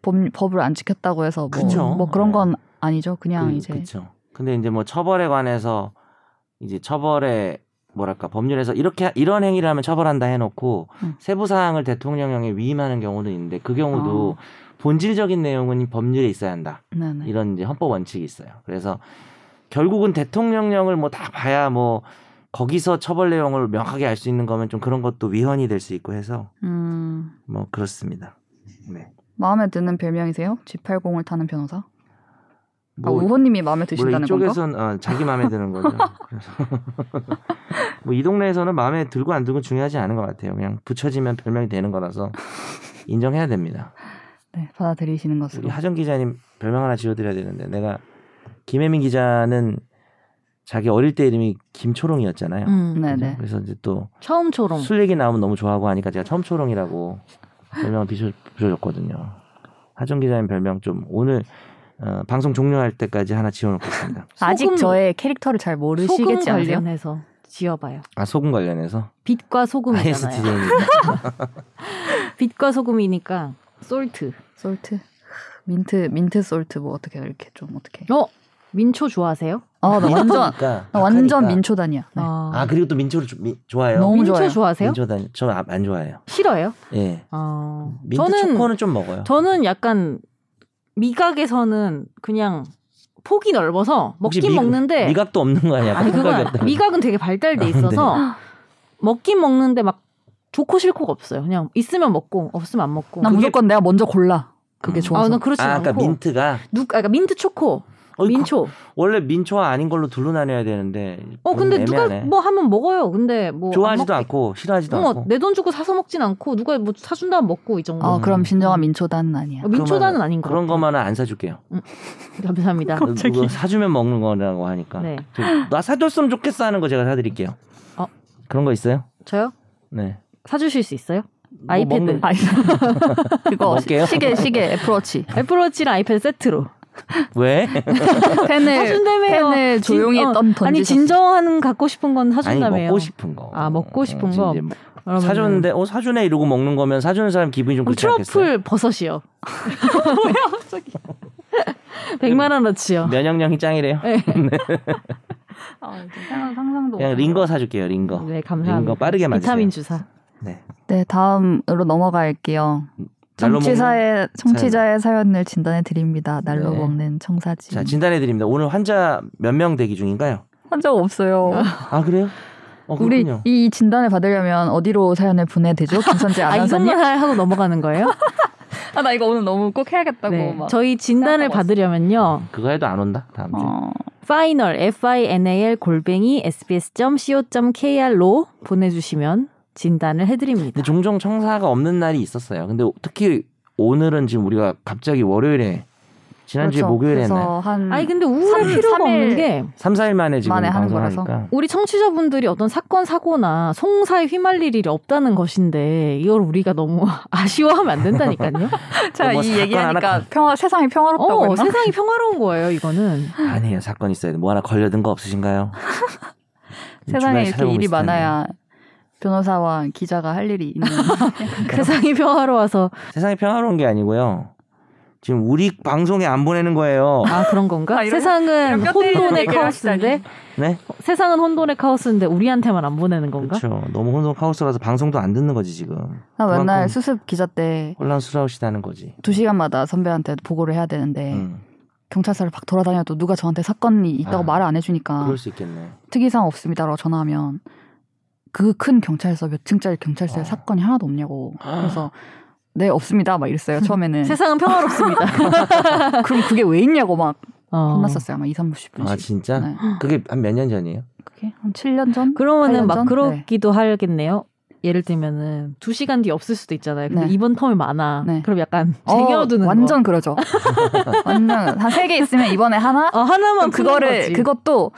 Speaker 1: 법, 법을 안 지켰다고 해서 뭐,
Speaker 2: 그쵸.
Speaker 1: 뭐 그런
Speaker 2: 네.
Speaker 1: 건 아니죠. 그냥 이제
Speaker 2: 그쵸. 근데 이제 뭐 처벌에 관해서 이제 처벌에 뭐랄까 법률에서 이렇게 이런 행위를 하면 처벌한다 해놓고
Speaker 1: 음.
Speaker 2: 세부 사항을 대통령령에 위임하는 경우도 있는데 그
Speaker 3: 아.
Speaker 2: 경우도 본질적인 내용은 법률에 있어야 한다
Speaker 1: 네네.
Speaker 2: 이런 이제 헌법 원칙이 있어요. 그래서 결국은 대통령령을 뭐 다 봐야 뭐 거기서 처벌 내용을 명확하게 알 수 있는 거면 좀 그런 것도 위헌이 될 수 있고 해서
Speaker 1: 음.
Speaker 2: 뭐 그렇습니다. 네.
Speaker 1: 마음에 드는 별명이세요? G80을 타는 변호사?
Speaker 2: 뭐
Speaker 1: 아, 우호님이 마음에
Speaker 2: 물론
Speaker 1: 드신다는 건가?
Speaker 2: 이쪽에선 어, 자기 마음에 드는 거죠. 그래서 뭐 이 동네에서는 마음에 들고 안 들고 중요하지 않은 것 같아요. 그냥 붙여지면 별명이 되는 거라서 인정해야 됩니다.
Speaker 1: 네, 받아들이시는
Speaker 2: 우리
Speaker 1: 것으로.
Speaker 2: 하정 기자님 별명 하나 지어드려야 되는데 내가 김혜민 기자는 자기 어릴 때 이름이 김초롱이었잖아요.
Speaker 3: 음,
Speaker 1: 네.
Speaker 2: 그죠? 그래서 이제 또
Speaker 3: 처음처럼.
Speaker 2: 술 얘기 나오면 너무 좋아하고 하니까 제가 처음 초롱이라고 별명을 비춰- 비춰줬거든요. 하정 기자님 별명 좀 오늘 어, 방송 종료할 때까지 하나 지어놓겠습니다.
Speaker 1: 아직
Speaker 3: 소금-
Speaker 1: 저의 캐릭터를 잘
Speaker 3: 소금
Speaker 1: 모르시겠지 않아요?
Speaker 3: 관련해서 지어봐요.
Speaker 2: 아 소금 관련해서
Speaker 3: 빛과 소금이잖아요.
Speaker 2: ISTJ니까
Speaker 3: 빛과 소금이니까 솔트.
Speaker 1: 솔트. 민트, 민트 솔트 뭐 어떻게 이렇게 좀 어떻게.
Speaker 3: 어 민초 좋아하세요?
Speaker 1: 아, 나 완전
Speaker 2: 그러니까
Speaker 1: 나 완전
Speaker 2: 박하니까.
Speaker 1: 민초단이야. 네.
Speaker 3: 어.
Speaker 2: 아 그리고 또 민초를 조- 미- 좋아해요
Speaker 1: 너무
Speaker 3: 민초
Speaker 1: 좋아요.
Speaker 3: 좋아하세요?
Speaker 2: 민초단 저안 좋아해요
Speaker 3: 싫어요?
Speaker 2: 예
Speaker 3: 어,
Speaker 2: 민트
Speaker 3: 저는
Speaker 2: 초코는 좀 먹어요
Speaker 3: 저는 약간 미각에서는 그냥 폭이 넓어서
Speaker 2: 혹시
Speaker 3: 먹긴
Speaker 2: 미-
Speaker 3: 먹는데
Speaker 2: 미각도 없는 거 아니야
Speaker 3: 아니 그건
Speaker 2: 깜빡이었다고.
Speaker 3: 미각은 되게 발달돼
Speaker 2: 아,
Speaker 3: 있어서 먹긴 먹는데 막 좋고 싫고가 없어요. 그냥 있으면 먹고 없으면 안 먹고.
Speaker 1: 난 무조건 내가 먼저 골라. 그게
Speaker 2: 음.
Speaker 1: 좋아서.
Speaker 3: 아, 난 그렇지
Speaker 2: 아
Speaker 3: 않고.
Speaker 2: 그러니까 민트가
Speaker 3: 누, 아, 그러니까 민트 초코,
Speaker 2: 어,
Speaker 3: 민초.
Speaker 2: 그- 원래 민초와 아닌 걸로 둘로 나뉘어야 되는데
Speaker 3: 어
Speaker 2: 그건
Speaker 3: 근데
Speaker 2: 음,
Speaker 3: 누가
Speaker 2: 애매하네.
Speaker 3: 뭐 하면 먹어요. 근데 뭐
Speaker 2: 좋아하지도 않고 싫어하지도 않고
Speaker 3: 내돈 주고 사서 먹진 않고 누가 뭐 사준다 면 먹고 이 정도.
Speaker 1: 아, 그럼
Speaker 2: 음.
Speaker 1: 진정한 민초단은 아니야.
Speaker 3: 어, 민초단은 아닌 것
Speaker 2: 그런
Speaker 3: 같아요.
Speaker 2: 거만은 안 사줄게요
Speaker 3: 감사합니다.
Speaker 2: 어, 누가 사주면 먹는 거라고 하니까
Speaker 3: 네.
Speaker 2: 저- 나 사줬으면 좋겠어 하는 거 제가 사드릴게요
Speaker 3: 어.
Speaker 2: 그런 거 있어요?
Speaker 3: 저요?
Speaker 2: 네
Speaker 3: 사주실 수 있어요?
Speaker 2: 뭐
Speaker 3: 아이패드.
Speaker 2: 먹는-
Speaker 1: 아이, 그거 시-
Speaker 2: 어, 뭐 먹게요?
Speaker 1: 시계, 시계, 애플워치.
Speaker 3: 애플워치랑 아이패드 세트로.
Speaker 2: 왜? 아,
Speaker 1: 펜을,
Speaker 3: 사준다며요.
Speaker 1: 펜을
Speaker 3: 진-
Speaker 1: 조용히
Speaker 3: 어,
Speaker 1: 던, 던지
Speaker 3: 아니 진정한 갖고 싶은 건 사준다며요.
Speaker 2: 아니 먹고 싶은 거.
Speaker 3: 아, 먹고 싶은
Speaker 2: 이제
Speaker 3: 거.
Speaker 2: 이제 뭐
Speaker 3: 여러분,
Speaker 2: 사줬는데 어 사주네 이러고 먹는 거면 사주는 사람 기분이 좀
Speaker 3: 그럼
Speaker 2: 그렇지 않겠어요?
Speaker 3: 트러플 버섯이요. 뭐야 갑자기. 100만 원어치요.
Speaker 2: 면역력이 짱이래요.
Speaker 3: 네.
Speaker 1: 어, 상상도
Speaker 2: 그냥 링거 사줄게요. 링거.
Speaker 3: 네, 감사합니다.
Speaker 2: 이거 빠르게 맞으세요.
Speaker 3: 비타민 주사.
Speaker 2: 네.
Speaker 1: 네, 다음으로 넘어갈게요.
Speaker 2: 날로 먹는-
Speaker 1: 청취자의 청취자의 사연을 진단해 드립니다. 날로
Speaker 2: 네.
Speaker 1: 먹는 청사진.
Speaker 2: 자 진단해 드립니다. 오늘 환자 몇 명 대기 중인가요?
Speaker 1: 한 적 없어요.
Speaker 2: 아 그래요? 어
Speaker 1: 우리
Speaker 2: 그렇군요.
Speaker 1: 이 진단을 받으려면 어디로 사연을 보내야 되죠? 김선재
Speaker 3: 아,
Speaker 1: 아나운서님?
Speaker 3: 이것만 하고 넘어가는 거예요?
Speaker 1: 아, 나 이거 오늘 너무 꼭 해야겠다고
Speaker 3: 네.
Speaker 1: 막.
Speaker 3: 저희 진단을
Speaker 1: 생각하고
Speaker 3: 받으려면요.
Speaker 2: 그거 해도 안 온다 다음 주에.
Speaker 1: 어,
Speaker 3: final final 골뱅이 sbs.co.kr로 보내주시면 진단을 해드립니다.
Speaker 2: 근데 종종 청사가 없는 날이 있었어요. 근데 특히 오늘은 지금 우리가 갑자기 월요일에 지난주에
Speaker 1: 그렇죠.
Speaker 2: 목요일에
Speaker 1: 그래서
Speaker 2: 했나요?
Speaker 1: 한
Speaker 3: 아니 근데 우울할
Speaker 1: 삼-
Speaker 3: 필요가
Speaker 1: 삼일-
Speaker 3: 없는 게
Speaker 2: 3, 4일 만에 지금
Speaker 1: 만에 하는 거라서.
Speaker 2: 방송하니까.
Speaker 3: 우리 청취자분들이 어떤 사건 사고나 송사에 휘말릴 일이 없다는 것인데 이걸 우리가 너무 아쉬워하면 안 된다니까요.
Speaker 1: 제가
Speaker 2: 뭐
Speaker 1: 이
Speaker 2: 사건
Speaker 1: 얘기하니까
Speaker 2: 하나
Speaker 1: 평화 세상이 평화롭다고
Speaker 3: 어
Speaker 1: 했나?
Speaker 3: 세상이 평화로운 거예요 이거는.
Speaker 2: 아니에요 사건 있어야 돼. 뭐 하나 걸려든 거 없으신가요?
Speaker 1: 세상에
Speaker 2: 주변에
Speaker 1: 이렇게
Speaker 2: 살고
Speaker 1: 일이
Speaker 2: 있을 텐데.
Speaker 1: 많아야 변호사와 기자가 할 일이 있는. 아,
Speaker 3: 세상이 평화로워서
Speaker 2: 세상이 평화로운 게 아니고요. 지금 우리 방송에 안 보내는 거예요.
Speaker 3: 아 그런 건가?
Speaker 1: 아, 이런- 이런
Speaker 3: 세상은
Speaker 1: 뼈 때리는
Speaker 3: 혼돈의
Speaker 1: 얘기를
Speaker 3: 카오스인데
Speaker 2: 네?
Speaker 3: 세상은 혼돈의 카오스인데 우리한테만 안 보내는 건가?
Speaker 2: 그렇죠. 너무 혼돈 카오스라서 방송도 안 듣는 거지 지금.
Speaker 1: 나
Speaker 2: 그만큼
Speaker 1: 맨날 수습 기자 때
Speaker 2: 혼란스러우시다는 거지.
Speaker 1: 두 시간마다 선배한테 보고를 해야 되는데
Speaker 2: 음,
Speaker 1: 경찰서를 막 돌아다녀도 누가 저한테 사건이 있다고
Speaker 2: 아, 말을
Speaker 1: 말을 안 해주니까
Speaker 2: 그럴 수 있겠네. 아,
Speaker 1: 특이사항 없습니다라고 전화하면 그 큰 경찰서 몇 층짜리 경찰서에
Speaker 2: 어.
Speaker 1: 사건이 하나도 없냐고 그래서 네 없습니다 막 이랬어요 처음에는
Speaker 3: 아. 세상은 평화롭습니다.
Speaker 1: 그럼 그게 왜 있냐고 막
Speaker 3: 어.
Speaker 1: 혼났었어요 아마 2, 3, 90분씩
Speaker 2: 아 진짜?
Speaker 1: 네.
Speaker 2: 그게 한 몇 년 전이에요?
Speaker 1: 그게 한 7년 전?
Speaker 3: 그러면은 막
Speaker 1: 관련전?
Speaker 3: 그러기도 하겠네요. 예를 들면은 두 시간 뒤 없을 수도 있잖아요. 근데
Speaker 1: 네.
Speaker 3: 이번 텀이 많아.
Speaker 1: 네.
Speaker 3: 그럼 약간
Speaker 1: 어,
Speaker 3: 쟁여두는 거.
Speaker 1: 완전 그러죠 완전 한 세 개 있으면 이번에 하나
Speaker 3: 어,
Speaker 1: 그럼
Speaker 3: 하나만 푸는
Speaker 1: 그거를
Speaker 3: 거지.
Speaker 1: 그것도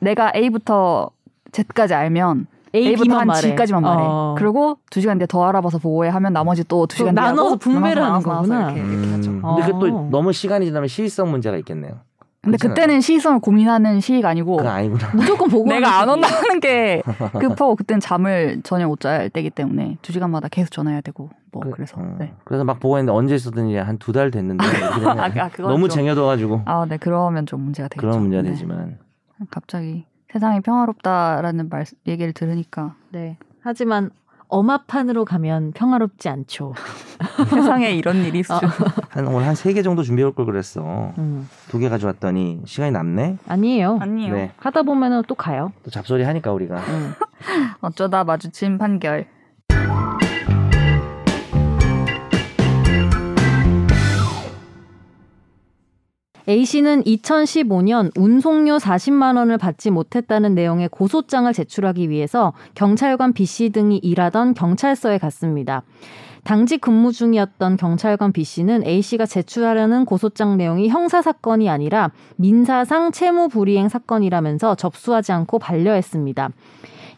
Speaker 1: 내가 A부터 Z까지 알면
Speaker 3: A,
Speaker 1: A부터
Speaker 3: B만
Speaker 1: 한
Speaker 3: 말해.
Speaker 1: G까지만 말해.
Speaker 3: 어.
Speaker 1: 그리고 두 시간 뒤에 더 알아봐서 보고해 하면 나머지 또 두 시간 뒤에
Speaker 3: 나눠서
Speaker 1: 하고
Speaker 3: 분배를 하는
Speaker 1: 나눠서 나눠서
Speaker 3: 거구나.
Speaker 1: 이렇게, 이렇게 하죠.
Speaker 2: 음, 근데 그게 또
Speaker 3: 어.
Speaker 2: 너무 시간이 지나면 시의성 문제가 있겠네요. 그러니까.
Speaker 1: 근데
Speaker 2: 그렇진
Speaker 1: 그때는 시의성을 고민하는 시기가 아니고
Speaker 2: 그건 아니구나.
Speaker 3: 무조건 보고
Speaker 1: 내가 안
Speaker 3: 하는 거지.
Speaker 1: 온다는 게 급하고 그땐 잠을 전혀 못 잘 때기 때문에 두 시간마다 계속 전화해야 되고 뭐 그, 래서
Speaker 2: 음.
Speaker 1: 네.
Speaker 2: 그래서 막 보고 있는데 언제 있었든지 한 두 달 됐는데 이렇게 되면
Speaker 1: 아, 그- 아, 그건
Speaker 2: 너무
Speaker 1: 좀-
Speaker 2: 쟁여둬가지고
Speaker 1: 아, 네 그러면 좀 문제가 되겠죠.
Speaker 2: 그런 문제가
Speaker 1: 네.
Speaker 2: 되지만
Speaker 1: 갑자기 세상이 평화롭다라는 말 얘기를 들으니까
Speaker 3: 네. 하지만 엄합판으로 가면 평화롭지 않죠.
Speaker 1: 세상에 이런 일이 있어.
Speaker 2: 한 오늘 한 세 개 정도 준비해 올 걸 그랬어.
Speaker 3: 음.
Speaker 2: 두 개 가져왔더니 시간이 남네.
Speaker 3: 아니에요.
Speaker 1: 아니에요.
Speaker 2: 네.
Speaker 3: 하다 보면은 또 가요.
Speaker 2: 또 잡소리 하니까 우리가
Speaker 3: 음.
Speaker 1: 어쩌다 마주친 판결.
Speaker 3: A씨는 2015년 운송료 40만 원을 받지 못했다는 내용의 고소장을 제출하기 위해서 경찰관 B씨 등이 일하던 경찰서에 갔습니다. 당직 근무 중이었던 경찰관 B씨는 A씨가 제출하려는 고소장 내용이 형사 사건이 아니라 민사상 채무 불이행 사건이라면서 접수하지 않고 반려했습니다.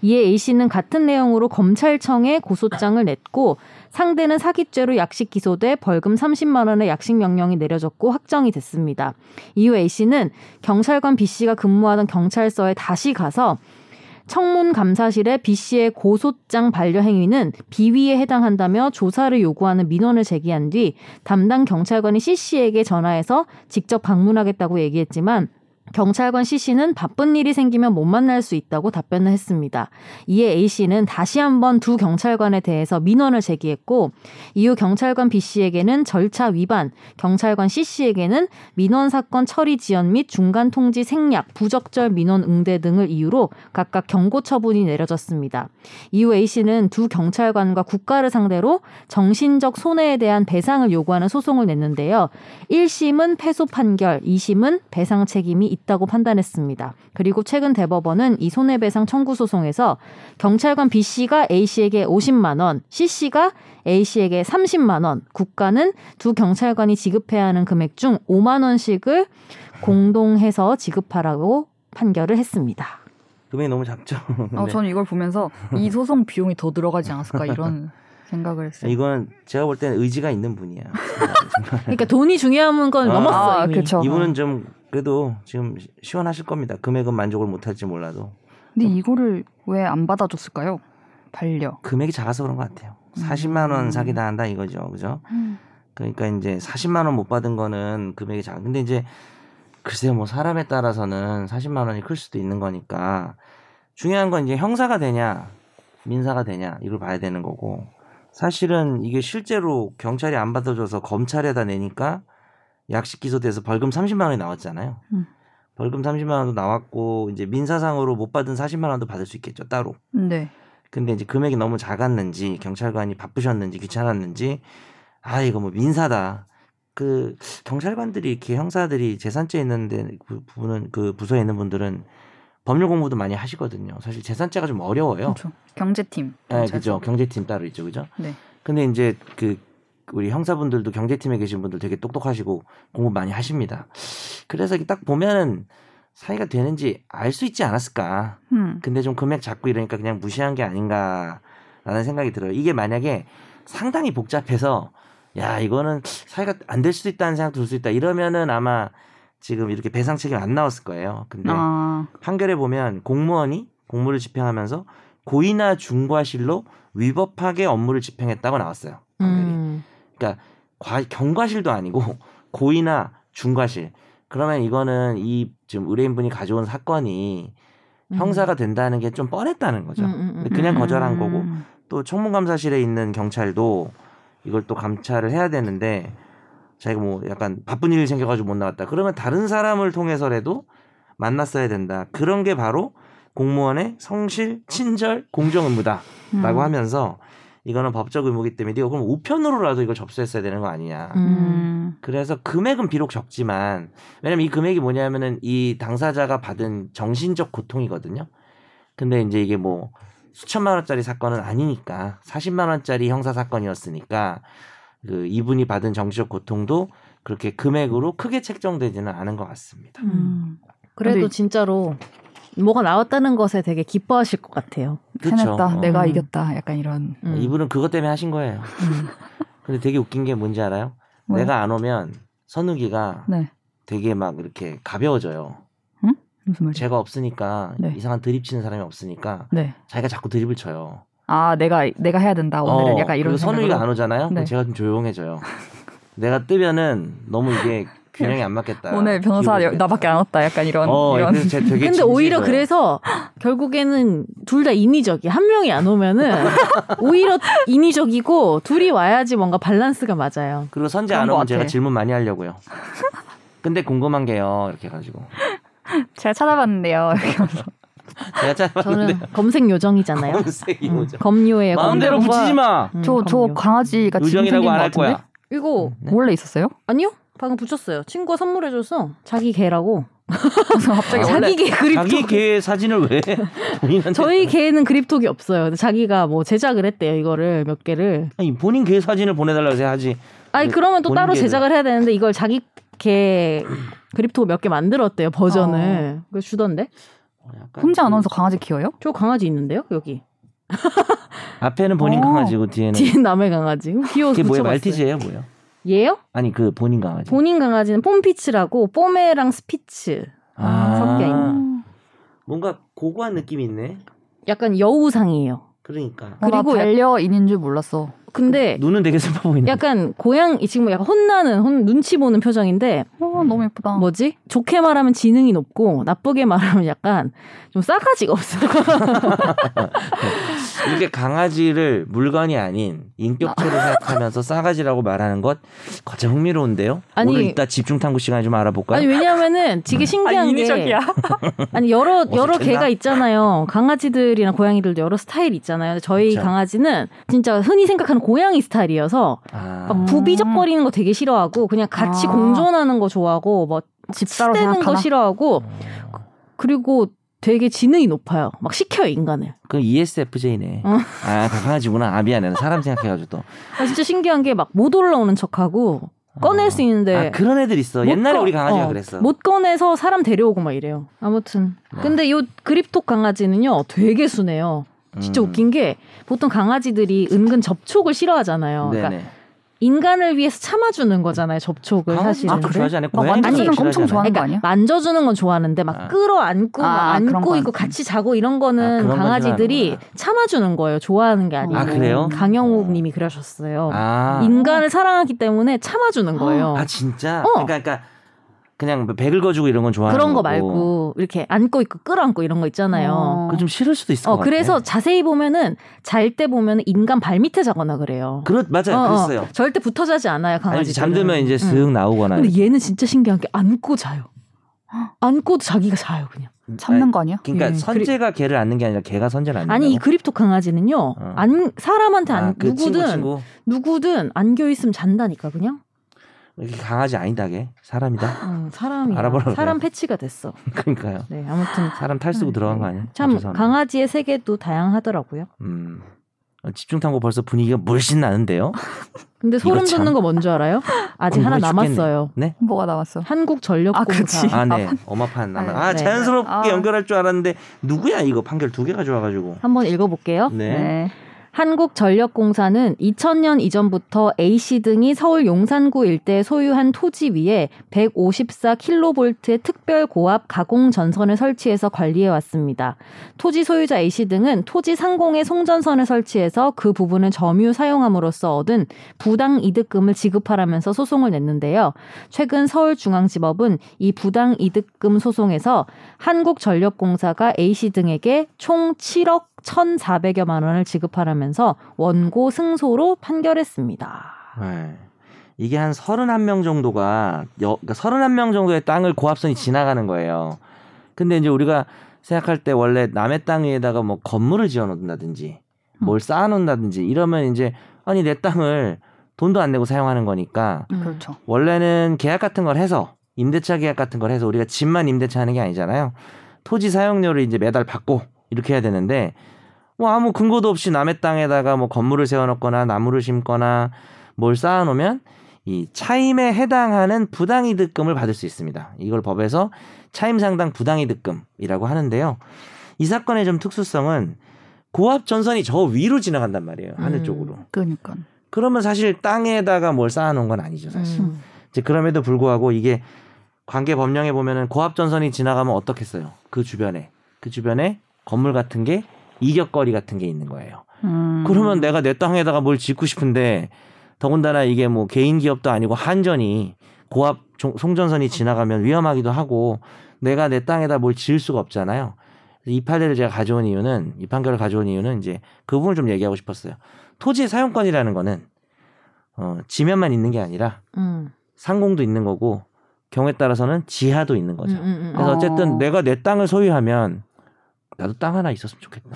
Speaker 3: 이에 A씨는 같은 내용으로 검찰청에 고소장을 냈고 상대는 사기죄로 약식 기소돼 벌금 30만 원의 약식 명령이 내려졌고 확정이 됐습니다. 이후 A씨는 경찰관 B씨가 근무하던 경찰서에 다시 가서 청문 감사실에 B씨의 고소장 반려 행위는 비위에 해당한다며 조사를 요구하는 민원을 제기한 뒤 담당 경찰관이 C씨에게 전화해서 직접 방문하겠다고 얘기했지만 경찰관 C씨는 바쁜 일이 생기면 못 만날 수 있다고 답변을 했습니다. 이에 A씨는 다시 한번 두 경찰관에 대해서 민원을 제기했고 이후 경찰관 B씨에게는 절차 위반, 경찰관 C씨에게는 민원 사건 처리 지연 및 중간 통지 생략, 부적절 민원 응대 등을 이유로 각각 경고 처분이 내려졌습니다. 이후 A씨는 두 경찰관과 국가를 상대로 정신적 손해에 대한 배상을 요구하는 소송을 냈는데요. 1심은 패소 판결, 2심은 배상 책임이 있다고 판단했습니다. 그리고 최근 대법원은 이 손해배상 청구 소송에서 경찰관 B씨가 A씨에게 50만 원, C씨가 A씨에게 30만 원, 국가는 두 경찰관이 지급해야 하는 금액 중 5만 원씩을 공동해서 지급하라고 판결을 했습니다.
Speaker 2: 금액이 너무 작죠. 네.
Speaker 1: 어,
Speaker 2: 근데
Speaker 1: 전 이걸 보면서 이 소송 비용이 더 들어가지 않았을까 이런 생각을 했어요.
Speaker 2: 이건 제가 볼 때는 의지가 있는 분이야.
Speaker 3: 그러니까 돈이 중요한 건
Speaker 2: 아,
Speaker 3: 넘었어
Speaker 1: 아,
Speaker 3: 이미.
Speaker 1: 그쵸.
Speaker 2: 이분은 좀 그래도 지금 시- 시원하실 겁니다. 금액은 만족을 못할지 몰라도
Speaker 1: 근데 이거를 왜 안 받아줬을까요? 반려.
Speaker 2: 금액이 작아서 그런 것 같아요.
Speaker 1: 음.
Speaker 2: 40만 원 사기 당한다 이거죠, 그죠? 그러니까 이제 40만 원 못 받은 거는 금액이 작은. 근데 이제 글쎄요, 뭐 사람에 따라서는 40만 원이 클 수도 있는 거니까 중요한 건 이제 형사가 되냐 민사가 되냐 이걸 봐야 되는 거고 사실은 이게 실제로 경찰이 안 받아줘서 검찰에다 내니까 약식 기소돼서 벌금 30만 원이 나왔잖아요.
Speaker 1: 음.
Speaker 2: 벌금 30만 원도 나왔고 이제 민사상으로 못 받은 40만 원도 받을 수 있겠죠 따로.
Speaker 1: 네.
Speaker 2: 근데 이제 금액이 너무 작았는지 경찰관이 바쁘셨는지 귀찮았는지 아 이거 뭐 민사다. 그 경찰관들이 이렇게 형사들이 재산죄 있는데 그 부분은 그 부서에 있는 분들은 법률 공부도 많이 하시거든요. 사실 재산죄가 좀 어려워요.
Speaker 1: 그렇죠. 경제팀.
Speaker 2: 네, 그죠. 경제팀 따로 있죠, 그죠?
Speaker 1: 네.
Speaker 2: 근데 이제 그 우리 형사분들도 경제팀에 계신 분들 되게 똑똑하시고 공부 많이 하십니다. 그래서 이렇게 딱 보면은 사이가 되는지 알 수 있지 않았을까.
Speaker 1: 음.
Speaker 2: 근데 좀 금액 작고 이러니까 그냥 무시한 게 아닌가라는 생각이 들어요. 이게 만약에 상당히 복잡해서 야 이거는 사이가 안 될 수도 있다는 생각 들 수 있다 이러면은 아마 지금 이렇게 배상 책임 안 나왔을 거예요. 근데
Speaker 1: 아,
Speaker 2: 판결에 보면 공무원이 공무를 집행하면서 고의나 중과실로 위법하게 업무를 집행했다고 나왔어요. 판결이.
Speaker 3: 음.
Speaker 2: 과, 경과실도 아니고 고의나 중과실. 그러면 이거는 이 지금 의뢰인분이 가져온 사건이 형사가 된다는 게 좀 뻔했다는 거죠.
Speaker 3: 음, 음, 음.
Speaker 2: 근데 그냥 거절한 거고
Speaker 1: 음.
Speaker 2: 또 청문감사실에 있는 경찰도 이걸 또 감찰을 해야 되는데 자기가 뭐 약간 바쁜 일이 생겨가지고 못 나왔다. 그러면 다른 사람을 통해서라도 만났어야 된다. 그런 게 바로 공무원의 성실, 친절, 공정 의무다라고
Speaker 1: 음.
Speaker 2: 하면서 이거는 법적 의무기 때문에 이거 그럼 우편으로라도 이걸 접수했어야 되는 거 아니냐.
Speaker 1: 음.
Speaker 2: 그래서 금액은 비록 적지만 왜냐면 이 금액이 뭐냐면은 이 당사자가 받은 정신적 고통이거든요. 근데 이제 이게 뭐 수천만 원짜리 사건은 아니니까 40만 원짜리 형사 사건이었으니까 그 이분이 받은 정신적 고통도 그렇게 금액으로 크게 책정되지는 않은 것 같습니다.
Speaker 1: 음.
Speaker 3: 그래도
Speaker 1: 근데-
Speaker 3: 진짜로 뭐가 나왔다는 것에 되게 기뻐하실 것 같아요.
Speaker 2: 그렇죠.
Speaker 1: 해냈다.
Speaker 2: 어.
Speaker 1: 내가
Speaker 3: 음.
Speaker 1: 이겼다. 약간 이런.
Speaker 3: 음.
Speaker 2: 아, 이분은 그것 때문에 하신 거예요. 근데 되게 웃긴 게 뭔지 알아요?
Speaker 1: 음. 뭐요?
Speaker 2: 내가 안 오면 선욱이가
Speaker 1: 네.
Speaker 2: 되게 막 이렇게 가벼워져요.
Speaker 1: 무슨 말이야?
Speaker 2: 제가 없으니까
Speaker 1: 네.
Speaker 2: 이상한 드립 치는 사람이 없으니까
Speaker 1: 네.
Speaker 2: 자기가 자꾸 드립을 쳐요.
Speaker 1: 아, 내가 내가 해야 된다. 오늘은
Speaker 2: 어,
Speaker 1: 약간 이런
Speaker 2: 그리고 선우이가
Speaker 1: 생각으로.
Speaker 2: 안 오잖아요.
Speaker 1: 네.
Speaker 2: 그럼 제가 좀 조용해져요. 내가 뜨면은 너무 이게 균형이 안 맞겠다.
Speaker 1: 네. 오늘 변호사 여-
Speaker 2: 기울어지겠다.
Speaker 1: 나밖에 안 왔다. 약간 이런
Speaker 2: 어,
Speaker 1: 이런.
Speaker 2: 그래서 제가 되게
Speaker 3: 근데 오히려
Speaker 2: 진지해져요.
Speaker 3: 그래서 결국에는 둘 다 인위적이 한 명이 안 오면은 오히려 인위적이고 둘이 와야지 뭔가 밸런스가 맞아요.
Speaker 2: 그리고 선재
Speaker 1: 그런
Speaker 2: 안
Speaker 1: 것
Speaker 2: 오면
Speaker 1: 같아.
Speaker 2: 제가 질문 많이 하려고요. 근데 궁금한 게요. 이렇게 해가지고
Speaker 1: 제가 찾아봤는데요.
Speaker 2: 제가
Speaker 3: 저는
Speaker 2: 짧았는데
Speaker 3: 검색 요정이잖아요.
Speaker 2: 검색이
Speaker 3: 음,
Speaker 2: 오죠.
Speaker 3: 검요예요.
Speaker 2: 마음대로
Speaker 3: 검요가-
Speaker 2: 붙이지 마.
Speaker 3: 음,
Speaker 1: 저 저
Speaker 3: 검요.
Speaker 1: 뭐 강아지가 지금
Speaker 2: 요정이라고
Speaker 1: 생긴
Speaker 2: 안
Speaker 1: 것
Speaker 2: 할
Speaker 1: 같은데?
Speaker 2: 거야.
Speaker 3: 이거
Speaker 2: 네.
Speaker 1: 원래 있었어요?
Speaker 3: 아니요? 방금 붙였어요. 친구가 선물해줘서 자기 개라고.
Speaker 1: 갑자기
Speaker 2: 아,
Speaker 1: 원래
Speaker 3: 자기 개
Speaker 2: 자기
Speaker 3: 그립톡.
Speaker 2: 개 사진을 왜 본인한테?
Speaker 3: 저희 개는 그립톡이 없어요. 근데 자기가 뭐 제작을 했대요. 이거를 몇 개를.
Speaker 2: 아니, 본인 개 사진을 보내달라고 해서 하지.
Speaker 3: 아니
Speaker 2: 그
Speaker 3: 그러면 또
Speaker 2: 본인
Speaker 3: 따로
Speaker 2: 개를-
Speaker 3: 제작을 해야 되는데 이걸 자기 개 그립톡 몇 개 만들었대요. 버전을. 그거 주던데.
Speaker 2: 어, 약간
Speaker 1: 혼자 안
Speaker 2: 그
Speaker 1: 와서 강아지 키워요?
Speaker 3: 저 강아지 있는데요. 여기.
Speaker 2: 앞에는 본인
Speaker 1: 어.
Speaker 2: 강아지고 뒤에는
Speaker 3: 뒤에 남의 강아지. 음, 귀여워서
Speaker 2: 그게 뭐예요?
Speaker 3: 붙여봤어요.
Speaker 2: 말티즈예요, 뭐예요?
Speaker 3: 얘요?
Speaker 2: 아니 그 본인 강아지.
Speaker 3: 본인 강아지는 폼피츠라고 뽀메랑 스피츠.
Speaker 2: 아,
Speaker 3: 섞여 있는.
Speaker 1: 음.
Speaker 2: 뭔가 고고한 느낌이 있네.
Speaker 3: 약간 여우상이에요.
Speaker 2: 그러니까
Speaker 1: 어, 나
Speaker 3: 그리고 약-
Speaker 1: 반려인인 줄 몰랐어.
Speaker 3: 근데
Speaker 2: 눈은 되게 슬퍼 보이네.
Speaker 3: 네. 약간 고양이 지금 약간 혼나는 혼, 눈치 보는 표정인데
Speaker 2: 음.
Speaker 1: 와, 너무 예쁘다.
Speaker 3: 뭐지? 좋게 말하면 지능이 높고 나쁘게 말하면 약간 좀 싸가지가 없어.
Speaker 2: 이게 강아지를 물건이 아닌 인격체로 생각하면서 싸가지라고 말하는 것 거참 흥미로운데요.
Speaker 3: 아니-
Speaker 2: 오늘 이따 집중 탐구 시간에 좀 알아볼까요?
Speaker 3: 아니 왜냐면은 되게 신기한
Speaker 1: 아니,
Speaker 3: 게
Speaker 1: 인위적이야.
Speaker 3: 아니 여러 여러
Speaker 2: 어색했나?
Speaker 3: 개가 있잖아요. 강아지들이나 고양이들도 여러 스타일이 있잖아요. 근데 저희
Speaker 2: 그쵸.
Speaker 3: 강아지는 진짜 흔히 생각하는 고양이 스타일이어서
Speaker 2: 아,
Speaker 3: 막 부비적거리는 거 되게 싫어하고 그냥 같이
Speaker 1: 아.
Speaker 3: 공존하는 거 좋아하고 뭐
Speaker 1: 집사로
Speaker 3: 치대는 거
Speaker 1: 생각하나?
Speaker 3: 싫어하고 그리고 되게 지능이 높아요. 막 시켜요 인간을.
Speaker 2: 그 ESFJ네.
Speaker 3: 어.
Speaker 2: 아 강아지구나. 아 미안해. 나 사람 생각해가지고 또
Speaker 3: 아, 진짜 신기한 게 막 못 올라오는 척하고 꺼낼 수 있는데
Speaker 2: 아 그런 애들 있어.
Speaker 3: 못
Speaker 2: 옛날에
Speaker 3: 꺼-
Speaker 2: 우리 강아지가
Speaker 3: 어,
Speaker 2: 그랬어.
Speaker 3: 못 꺼내서 사람 데려오고 막 이래요. 아무튼.
Speaker 2: 네.
Speaker 3: 근데 요 그립톡 강아지는요, 되게 순해요. 진짜
Speaker 2: 음.
Speaker 3: 웃긴 게 보통 강아지들이 은근 접촉을 싫어하잖아요.
Speaker 2: 네네.
Speaker 3: 그러니까 인간을 위해서 참아주는 거잖아요, 접촉을
Speaker 2: 강아지
Speaker 3: 사실은.
Speaker 2: 좀 좋아하지 않아요?
Speaker 1: 막
Speaker 2: 고양이
Speaker 1: 만지는 거 어, 엄청
Speaker 2: 싫어하잖아요.
Speaker 1: 좋아하는 거
Speaker 3: 그러니까
Speaker 1: 아니야?
Speaker 3: 만져주는 건 좋아하는데 막
Speaker 2: 아.
Speaker 3: 끌어안고 막
Speaker 1: 아, 그런
Speaker 3: 안고
Speaker 1: 거
Speaker 3: 있고
Speaker 1: 아니구나.
Speaker 3: 같이 자고 이런
Speaker 2: 아,
Speaker 3: 거는
Speaker 2: 그런 건
Speaker 3: 강아지들이
Speaker 2: 싫어하는구나.
Speaker 3: 참아주는 거예요. 좋아하는 게 아니고.
Speaker 2: 아, 그래요?
Speaker 3: 강영욱 님이 그러셨어요.
Speaker 2: 아.
Speaker 3: 인간을 사랑하기 때문에 참아주는 거예요.
Speaker 2: 아 진짜?
Speaker 3: 어.
Speaker 2: 그러니까, 그러니까 그냥 뭐 백을 거주고 이런 건 좋아하는
Speaker 3: 그런 거
Speaker 2: 거고.
Speaker 3: 말고 이렇게 안고 있고 끌어안고 이런 거 있잖아요.
Speaker 2: 그거 좀 싫을 수도 있을
Speaker 3: 어,
Speaker 2: 것
Speaker 3: 그래서
Speaker 2: 같아.
Speaker 3: 자세히 보면은 잘 때 보면은 인간 발 밑에 자거나 그래요.
Speaker 2: 그렇 맞아요.
Speaker 3: 어, 어.
Speaker 2: 그랬어요.
Speaker 3: 절대 붙어 자지 않아요,
Speaker 2: 아니
Speaker 3: 강아지.
Speaker 2: 이제 잠들면 이제 쓱 나오거나.
Speaker 3: 근데 얘는 진짜 신기한 게 안고 자요. 안고도 자기가 자요, 그냥.
Speaker 1: 참는 거 아니야?
Speaker 2: 그러니까
Speaker 3: 음,
Speaker 2: 선재가 개를 안는 게 아니라 개가 선재를 안는
Speaker 3: 아니 이 그립톡 강아지는요. 안 사람한테 안
Speaker 2: 어. 그
Speaker 3: 누구든
Speaker 2: 친구, 친구.
Speaker 3: 누구든 안겨 있으면 잔다니까 그냥.
Speaker 2: 이게 강아지 아니다 개 사람이다
Speaker 3: 어, 사람이
Speaker 2: 알아보라고
Speaker 3: 사람 패치가 됐어.
Speaker 2: 그러니까요
Speaker 3: 네, 아무튼
Speaker 2: 사람 탈쓰고
Speaker 1: 음.
Speaker 2: 들어간 거 아니야
Speaker 3: 참
Speaker 2: 아, 죄송합니다.
Speaker 3: 강아지의 세계도 다양하더라고요.
Speaker 2: 음. 어, 집중 탐구 벌써 분위기가 물씬 나는데요
Speaker 3: 근데 소름
Speaker 2: 참.
Speaker 3: 돋는 거 뭔지 알아요? 아직 하나
Speaker 2: 궁금해 죽겠네.
Speaker 3: 남았어요.
Speaker 2: 네
Speaker 1: 뭐가 나왔어?
Speaker 3: 한국전력공사.
Speaker 1: 아, 그치.
Speaker 2: 아네 엄마판 남아 아
Speaker 3: 네.
Speaker 2: 자연스럽게
Speaker 1: 아.
Speaker 2: 연결할 줄 알았는데 누구야 이거 판결 두 개가 좋아가지고
Speaker 3: 한번 읽어볼게요.
Speaker 2: 네.
Speaker 3: 한국전력공사는 2000년 이전부터 A씨 등이 서울 용산구 일대에 소유한 토지 위에 154kV의 특별 고압 가공 전선을 설치해서 관리해 왔습니다. 토지 소유자 A씨 등은 토지 상공에 송전선을 설치해서 그 부분을 점유 사용함으로써 얻은 부당 이득금을 지급하라면서 소송을 냈는데요. 최근 서울중앙지법은 이 부당 이득금 소송에서 한국전력공사가 A씨 등에게 총 7억 1,400여만 원을 지급하라면서 원고 승소로 판결했습니다.
Speaker 2: 네. 이게 한 31명 정도가 여, 그러니까 31명 정도의 땅을 고압선이 지나가는 거예요. 근데 이제 우리가 생각할 때 원래 남의 땅 위에다가 뭐 건물을 지어 놓는다든지 뭘 쌓아 놓는다든지 이러면 이제 아니 내 땅을 돈도 안 내고 사용하는 거니까
Speaker 3: 음.
Speaker 1: 그렇죠.
Speaker 2: 원래는 계약 같은 걸 해서 임대차 계약 같은 걸 해서 우리가 집만 임대차 하는 게 아니잖아요. 토지 사용료를 이제 매달 받고 이렇게 해야 되는데 뭐 아무 근거도 없이 남의 땅에다가 뭐 건물을 세워놓거나 나무를 심거나 뭘 쌓아놓으면 이 차임에 해당하는 부당이득금을 받을 수 있습니다. 이걸 법에서 차임상당 부당이득금이라고 하는데요. 이 사건의 좀 특수성은 고압 전선이 저 위로 지나간단 말이에요. 하늘
Speaker 3: 음.
Speaker 2: 쪽으로.
Speaker 1: 그러니까.
Speaker 2: 그러면 사실 땅에다가 뭘 쌓아놓은 건 아니죠, 사실.
Speaker 3: 음.
Speaker 2: 이제 그럼에도 불구하고 이게 관계 법령에 보면은 고압 전선이 지나가면 어떻겠어요? 그 주변에 그 주변에 건물 같은 게 이격거리 같은 게 있는 거예요.
Speaker 1: 음.
Speaker 2: 그러면 내가 내 땅에다가 뭘 짓고 싶은데 더군다나 이게 뭐 개인 기업도 아니고 한전이 고압 종- 송전선이 지나가면 위험하기도 하고 내가 내 땅에다 뭘 지을 수가 없잖아요. 이 판례를 제가 가져온 이유는 이 판결을 가져온 이유는 이제 그 부분을 좀 얘기하고 싶었어요. 토지 사용권이라는 거는 어, 지면만 있는 게 아니라
Speaker 3: 음.
Speaker 2: 상공도 있는 거고 경우에 따라서는 지하도 있는 거죠.
Speaker 3: 음, 음, 음.
Speaker 2: 그래서
Speaker 1: 어.
Speaker 2: 어쨌든 내가 내 땅을 소유하면 나도 땅 하나 있었으면 좋겠다.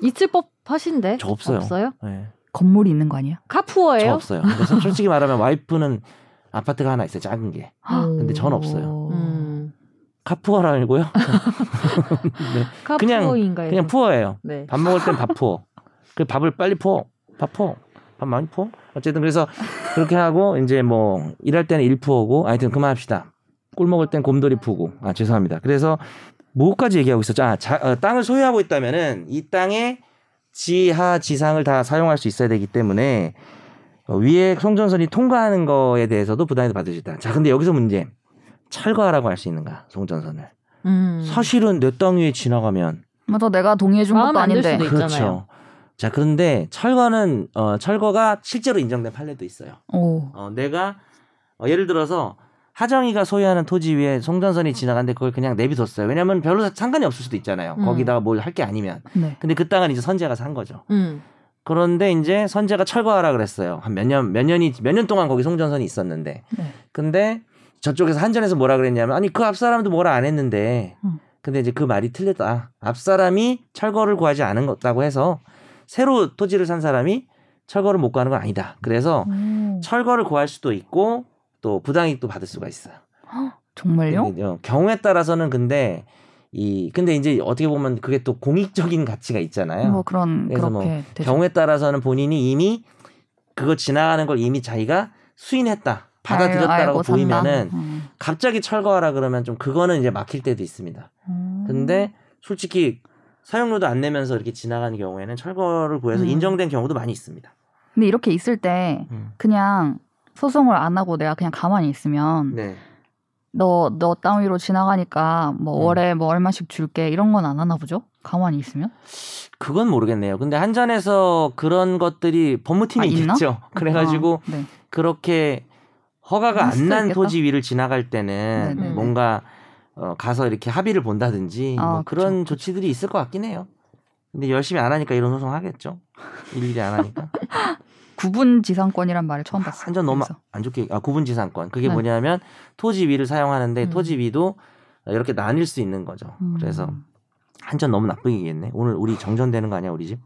Speaker 3: 있을 법 하신데?
Speaker 2: 저 없어요.
Speaker 3: 없어요?
Speaker 2: 예,
Speaker 1: 건물이 있는 거 아니야?
Speaker 2: 저
Speaker 3: 카푸어예요?
Speaker 2: 없어요. 그래서 솔직히 말하면 와이프는 아파트가 하나 있어요. 작은 게. 아, 근데 전 없어요.
Speaker 3: 음.
Speaker 2: 카푸어라고요? 그냥-
Speaker 3: 카푸어인가요?
Speaker 2: 그냥 푸어예요.
Speaker 3: 네.
Speaker 2: 밥 먹을 땐 밥 푸어. 그 밥을 빨리 푸어. 밥 푸어. 밥 많이 푸어. 어쨌든 그래서 그렇게 하고 이제 뭐 일할 때는 일 푸어고 하여튼 그만합시다. 꿀 먹을 땐 곰돌이 푸고. 아 죄송합니다. 그래서 뭐까지 얘기하고 있었죠? 아 자- 어, 땅을 소유하고 있다면은 이 땅의 지하 지상을 다 사용할 수 있어야 되기 때문에 어, 위에 송전선이 통과하는 거에 대해서도 부담이 받을 수 있다. 자 근데 여기서 문제 철거하라고 할 수 있는가 송전선을?
Speaker 3: 음.
Speaker 2: 사실은 내 땅 위에 지나가면
Speaker 1: 맞아, 음. 내가 동의해준
Speaker 3: 마음에
Speaker 1: 것도
Speaker 3: 안 들
Speaker 1: 아닌데.
Speaker 3: 수도 있- 있잖아요.
Speaker 2: 그렇죠. 자 그런데 철거는 어, 철거가 실제로 인정된 판례도 있어요.
Speaker 1: 오.
Speaker 2: 어, 내가 어, 예를 들어서 하정이가 소유하는 토지 위에 송전선이 지나갔는데 그걸 그냥 내비뒀어요. 왜냐하면 별로 상관이 없을 수도 있잖아요.
Speaker 3: 음.
Speaker 2: 거기다가 뭘 할 게 아니면.
Speaker 1: 네.
Speaker 2: 근데 그 땅은 이제 선재가 산 거죠.
Speaker 3: 음.
Speaker 2: 그런데 이제 선재가 철거하라 그랬어요. 한 몇 년, 몇 년이 몇 년 동안 거기 송전선이 있었는데.
Speaker 1: 네.
Speaker 2: 근데 저쪽에서 한전에서 뭐라 그랬냐면 아니 그 앞 사람도 뭐라 안 했는데
Speaker 1: 음.
Speaker 2: 근데 이제 그 말이 틀렸다 앞 사람이 철거를 구하지 않은 거다고 해서 새로 토지를 산 사람이 철거를 못 구하는 건 아니다 그래서
Speaker 3: 음.
Speaker 1: 오.
Speaker 2: 철거를 구할 수도 있고 또 부당이익도 받을 수가 있어요
Speaker 1: 정말요?
Speaker 2: 근데 이제 경우에 따라서는 근데 이 근데 이제 어떻게 보면 그게 또 공익적인 가치가 있잖아요
Speaker 1: 뭐 그런
Speaker 2: 네. 그래서
Speaker 1: 그렇게
Speaker 2: 뭐
Speaker 1: 되죠.
Speaker 2: 경우에 따라서는 본인이 이미 그거 지나가는 걸 이미 자기가 수인했다 받아들였다라고
Speaker 1: 알고 뭐 산다.
Speaker 2: 보이면은
Speaker 1: 음.
Speaker 2: 갑자기 철거하라 그러면 좀 그거는 이제 막힐 때도 있습니다.
Speaker 1: 음.
Speaker 2: 근데 솔직히 사용료도 안 내면서 이렇게 지나가는 경우에는 철거를 구해서
Speaker 3: 음.
Speaker 2: 인정된 경우도 많이 있습니다.
Speaker 1: 근데 이렇게 있을 때 그냥 소송을 안 하고 내가 그냥 가만히 있으면
Speaker 2: 네.
Speaker 1: 너 너 땅 위로 지나가니까 뭐
Speaker 2: 음.
Speaker 1: 월에 뭐 얼마씩 줄게 이런 건 안 하나 보죠? 가만히 있으면?
Speaker 2: 그건 모르겠네요. 근데 한전에서 그런 것들이
Speaker 1: 아,
Speaker 2: 법무팀이
Speaker 1: 있나?
Speaker 2: 있겠죠. 그래가지고
Speaker 1: 아, 네.
Speaker 2: 그렇게 허가가 안 난
Speaker 1: 있어야겠다.
Speaker 2: 토지 위를 지나갈 때는
Speaker 1: 네네.
Speaker 2: 뭔가 어, 가서 이렇게 합의를 본다든지
Speaker 1: 아,
Speaker 2: 뭐 그런 조치들이 있을 것 같긴 해요. 근데 열심히 안 하니까 이런 소송 하겠죠. 일일이 안 하니까.
Speaker 1: 구분 지상권이란 말을 처음 봤어요.
Speaker 2: 한전 아, 너무
Speaker 1: 그래서.
Speaker 2: 안 좋게 아 구분지상권 그게
Speaker 1: 네.
Speaker 2: 뭐냐면 토지 위를 사용하는데
Speaker 3: 음.
Speaker 2: 토지 위도 이렇게 나뉠 수 있는 거죠.
Speaker 1: 음.
Speaker 2: 아, 그래서 한전 너무 나쁘게 얘기했네. 오늘 우리 정전되는 거 아니야 우리 집?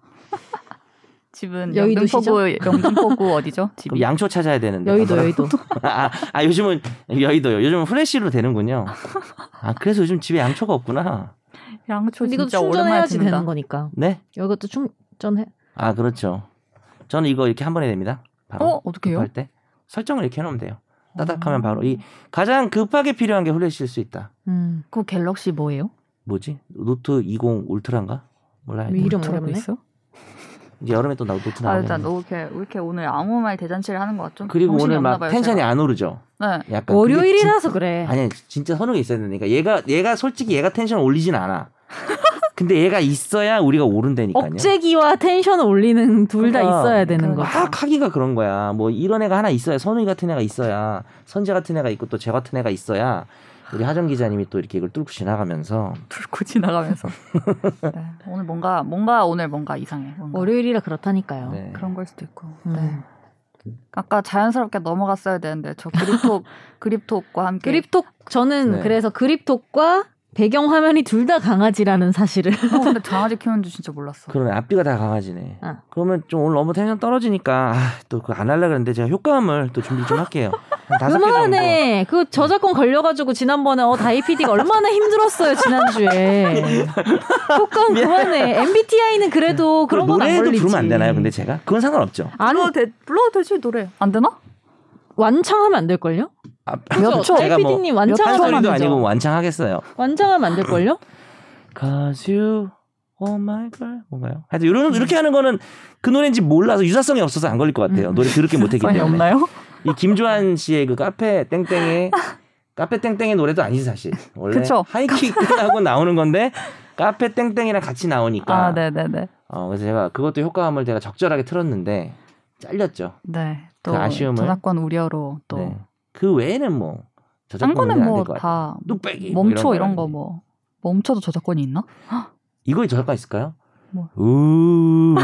Speaker 1: 집은
Speaker 3: 여의도시죠?
Speaker 1: 영등포구 영등포구 어디죠?
Speaker 2: 그럼
Speaker 1: 집이
Speaker 2: 양초 찾아야 되는데.
Speaker 3: 여의도
Speaker 2: 가서.
Speaker 3: 여의도.
Speaker 2: 아, 아, 요즘은 여의도요. 요즘은 후레쉬로 되는군요. 아 그래서 요즘 집에 양초가 없구나.
Speaker 1: 양초
Speaker 3: 근데 이것도
Speaker 1: 아, 진짜 오랜만에
Speaker 3: 충전해야지
Speaker 1: 듣는다.
Speaker 3: 되는 거니까.
Speaker 2: 네.
Speaker 3: 이것도 충전해.
Speaker 2: 아 그렇죠. 저는 이거 이렇게 한 번에 됩니다. 바로
Speaker 1: 어 어떻게요?
Speaker 2: 급할 때 설정을 이렇게 해놓으면 돼요.
Speaker 3: 어.
Speaker 2: 따닥하면
Speaker 1: 아.
Speaker 2: 바로 이 가장 급하게 필요한 게 후레쉬일 수 있다.
Speaker 3: 음.
Speaker 1: 그 갤럭시 뭐예요?
Speaker 2: 뭐지? 노트 20 울트라인가? 몰라요.
Speaker 3: 이름
Speaker 1: 들어가
Speaker 3: 어렵네.
Speaker 1: 있어?
Speaker 2: 이제 여름에 또 나도 노트
Speaker 1: 아,
Speaker 2: 아, 나오네.
Speaker 1: 일단 왜 이렇게, 왜 이렇게 오늘 아무 말 대잔치를 하는 것 같죠?
Speaker 2: 그리고
Speaker 1: 정신이
Speaker 2: 오늘 막
Speaker 1: 없나 봐요,
Speaker 2: 텐션이
Speaker 1: 제가.
Speaker 2: 안 오르죠.
Speaker 1: 네.
Speaker 2: 약간 근데 진-
Speaker 3: 월요일이라서 그래.
Speaker 2: 그러니까 아니 진짜 선우가 있어야 되니까 얘가 얘가 솔직히 얘가 텐션 올리진 않아. 근데 얘가 있어야 우리가 오른다니까요.
Speaker 3: 억제기와 텐션 올리는 둘 다
Speaker 2: 그러니까.
Speaker 3: 있어야 되는
Speaker 1: 그러니까.
Speaker 3: 거죠.
Speaker 2: 막 하기가 그런 거야. 뭐 이런 애가 하나 있어야 선우이 같은 애가 있어야 선재 같은 애가 있고 또 제 같은 애가 있어야 우리 하정 기자님이 또 이렇게 이걸 뚫고 지나가면서
Speaker 1: 뚫고 지나가면서. 네. 오늘 뭔가 뭔가 오늘 뭔가 이상해. 뭔가.
Speaker 3: 월요일이라 그렇다니까요.
Speaker 2: 네.
Speaker 1: 아, 그런 걸 수도 있고.
Speaker 3: 음.
Speaker 1: 네. 아까 자연스럽게 넘어갔어야 되는데 저 그립톡 그립톡과 함께
Speaker 3: 그립톡 저는
Speaker 2: 네.
Speaker 3: 그래서 그립톡과 배경 화면이 둘 다 강아지라는 사실을
Speaker 1: 어, 근데 강아지 키우는 줄 진짜 몰랐어.
Speaker 2: 그러네 앞뒤가 다 강아지네.
Speaker 3: 어.
Speaker 2: 그러면 좀 오늘 너무 텐션 떨어지니까 아, 또 그거 안 하려 그랬는데 제가 효과음을 또 준비 좀 할게요. 한 다섯 개 정도.
Speaker 3: 그만해 그 저작권 걸려가지고 지난번에 어 다이 PD가 얼마나 힘들었어요 지난주에 효과음 그만해 MBTI는 그래도 그런 건 안
Speaker 2: 노래도
Speaker 3: 걸리지
Speaker 2: 부르면 안 되나요? 근데 제가 그건 상관없죠.
Speaker 3: 안
Speaker 1: 불러도 되, 불러도 되지 노래 안 되나?
Speaker 3: 완창하면 안 될걸요?
Speaker 2: 아,
Speaker 3: 몇 초? 다이
Speaker 2: 제가 뭐
Speaker 3: PD님
Speaker 2: 한
Speaker 3: 완창하면 안
Speaker 2: 소리도
Speaker 3: 되죠
Speaker 2: 아니고 뭐 완창하겠어요.
Speaker 3: 완창하면 안 될걸요?
Speaker 2: Cause you, oh my girl. 뭔가요? 하여튼
Speaker 3: 음.
Speaker 2: 이런, 이렇게 하는 거는 그 노래인지 몰라서 유사성이 없어서 안 걸릴 것 같아요.
Speaker 3: 음.
Speaker 2: 노래 그렇게 못했기
Speaker 1: 아니
Speaker 2: 때문에.
Speaker 1: 없나요?
Speaker 2: 이 김조한 씨의 그 카페 땡땡의 카페 땡땡의 노래도 아니지 사실. 원래
Speaker 1: 그쵸.
Speaker 2: 하이킥 끝나고 나오는 건데 카페 땡땡이랑 같이 나오니까.
Speaker 1: 아 네네네.
Speaker 2: 어, 그래서 제가 그것도 효과음을 제가 적절하게 틀었는데 잘렸죠.
Speaker 1: 네또
Speaker 2: 그 아쉬움을.
Speaker 1: 저작권 우려로 또
Speaker 2: 네.
Speaker 1: 딴
Speaker 2: 그 외에는 뭐 저작권
Speaker 1: 거는
Speaker 2: 문제
Speaker 1: 뭐
Speaker 2: 안될 것 같아요.
Speaker 1: 다
Speaker 2: 뚝배기 뭐
Speaker 1: 멈춰 이런
Speaker 2: 이런 거
Speaker 1: 거 뭐 멈춰도 저작권이 있나?
Speaker 2: 이거에 저작권 있을까요?
Speaker 1: 뭐.
Speaker 2: 우-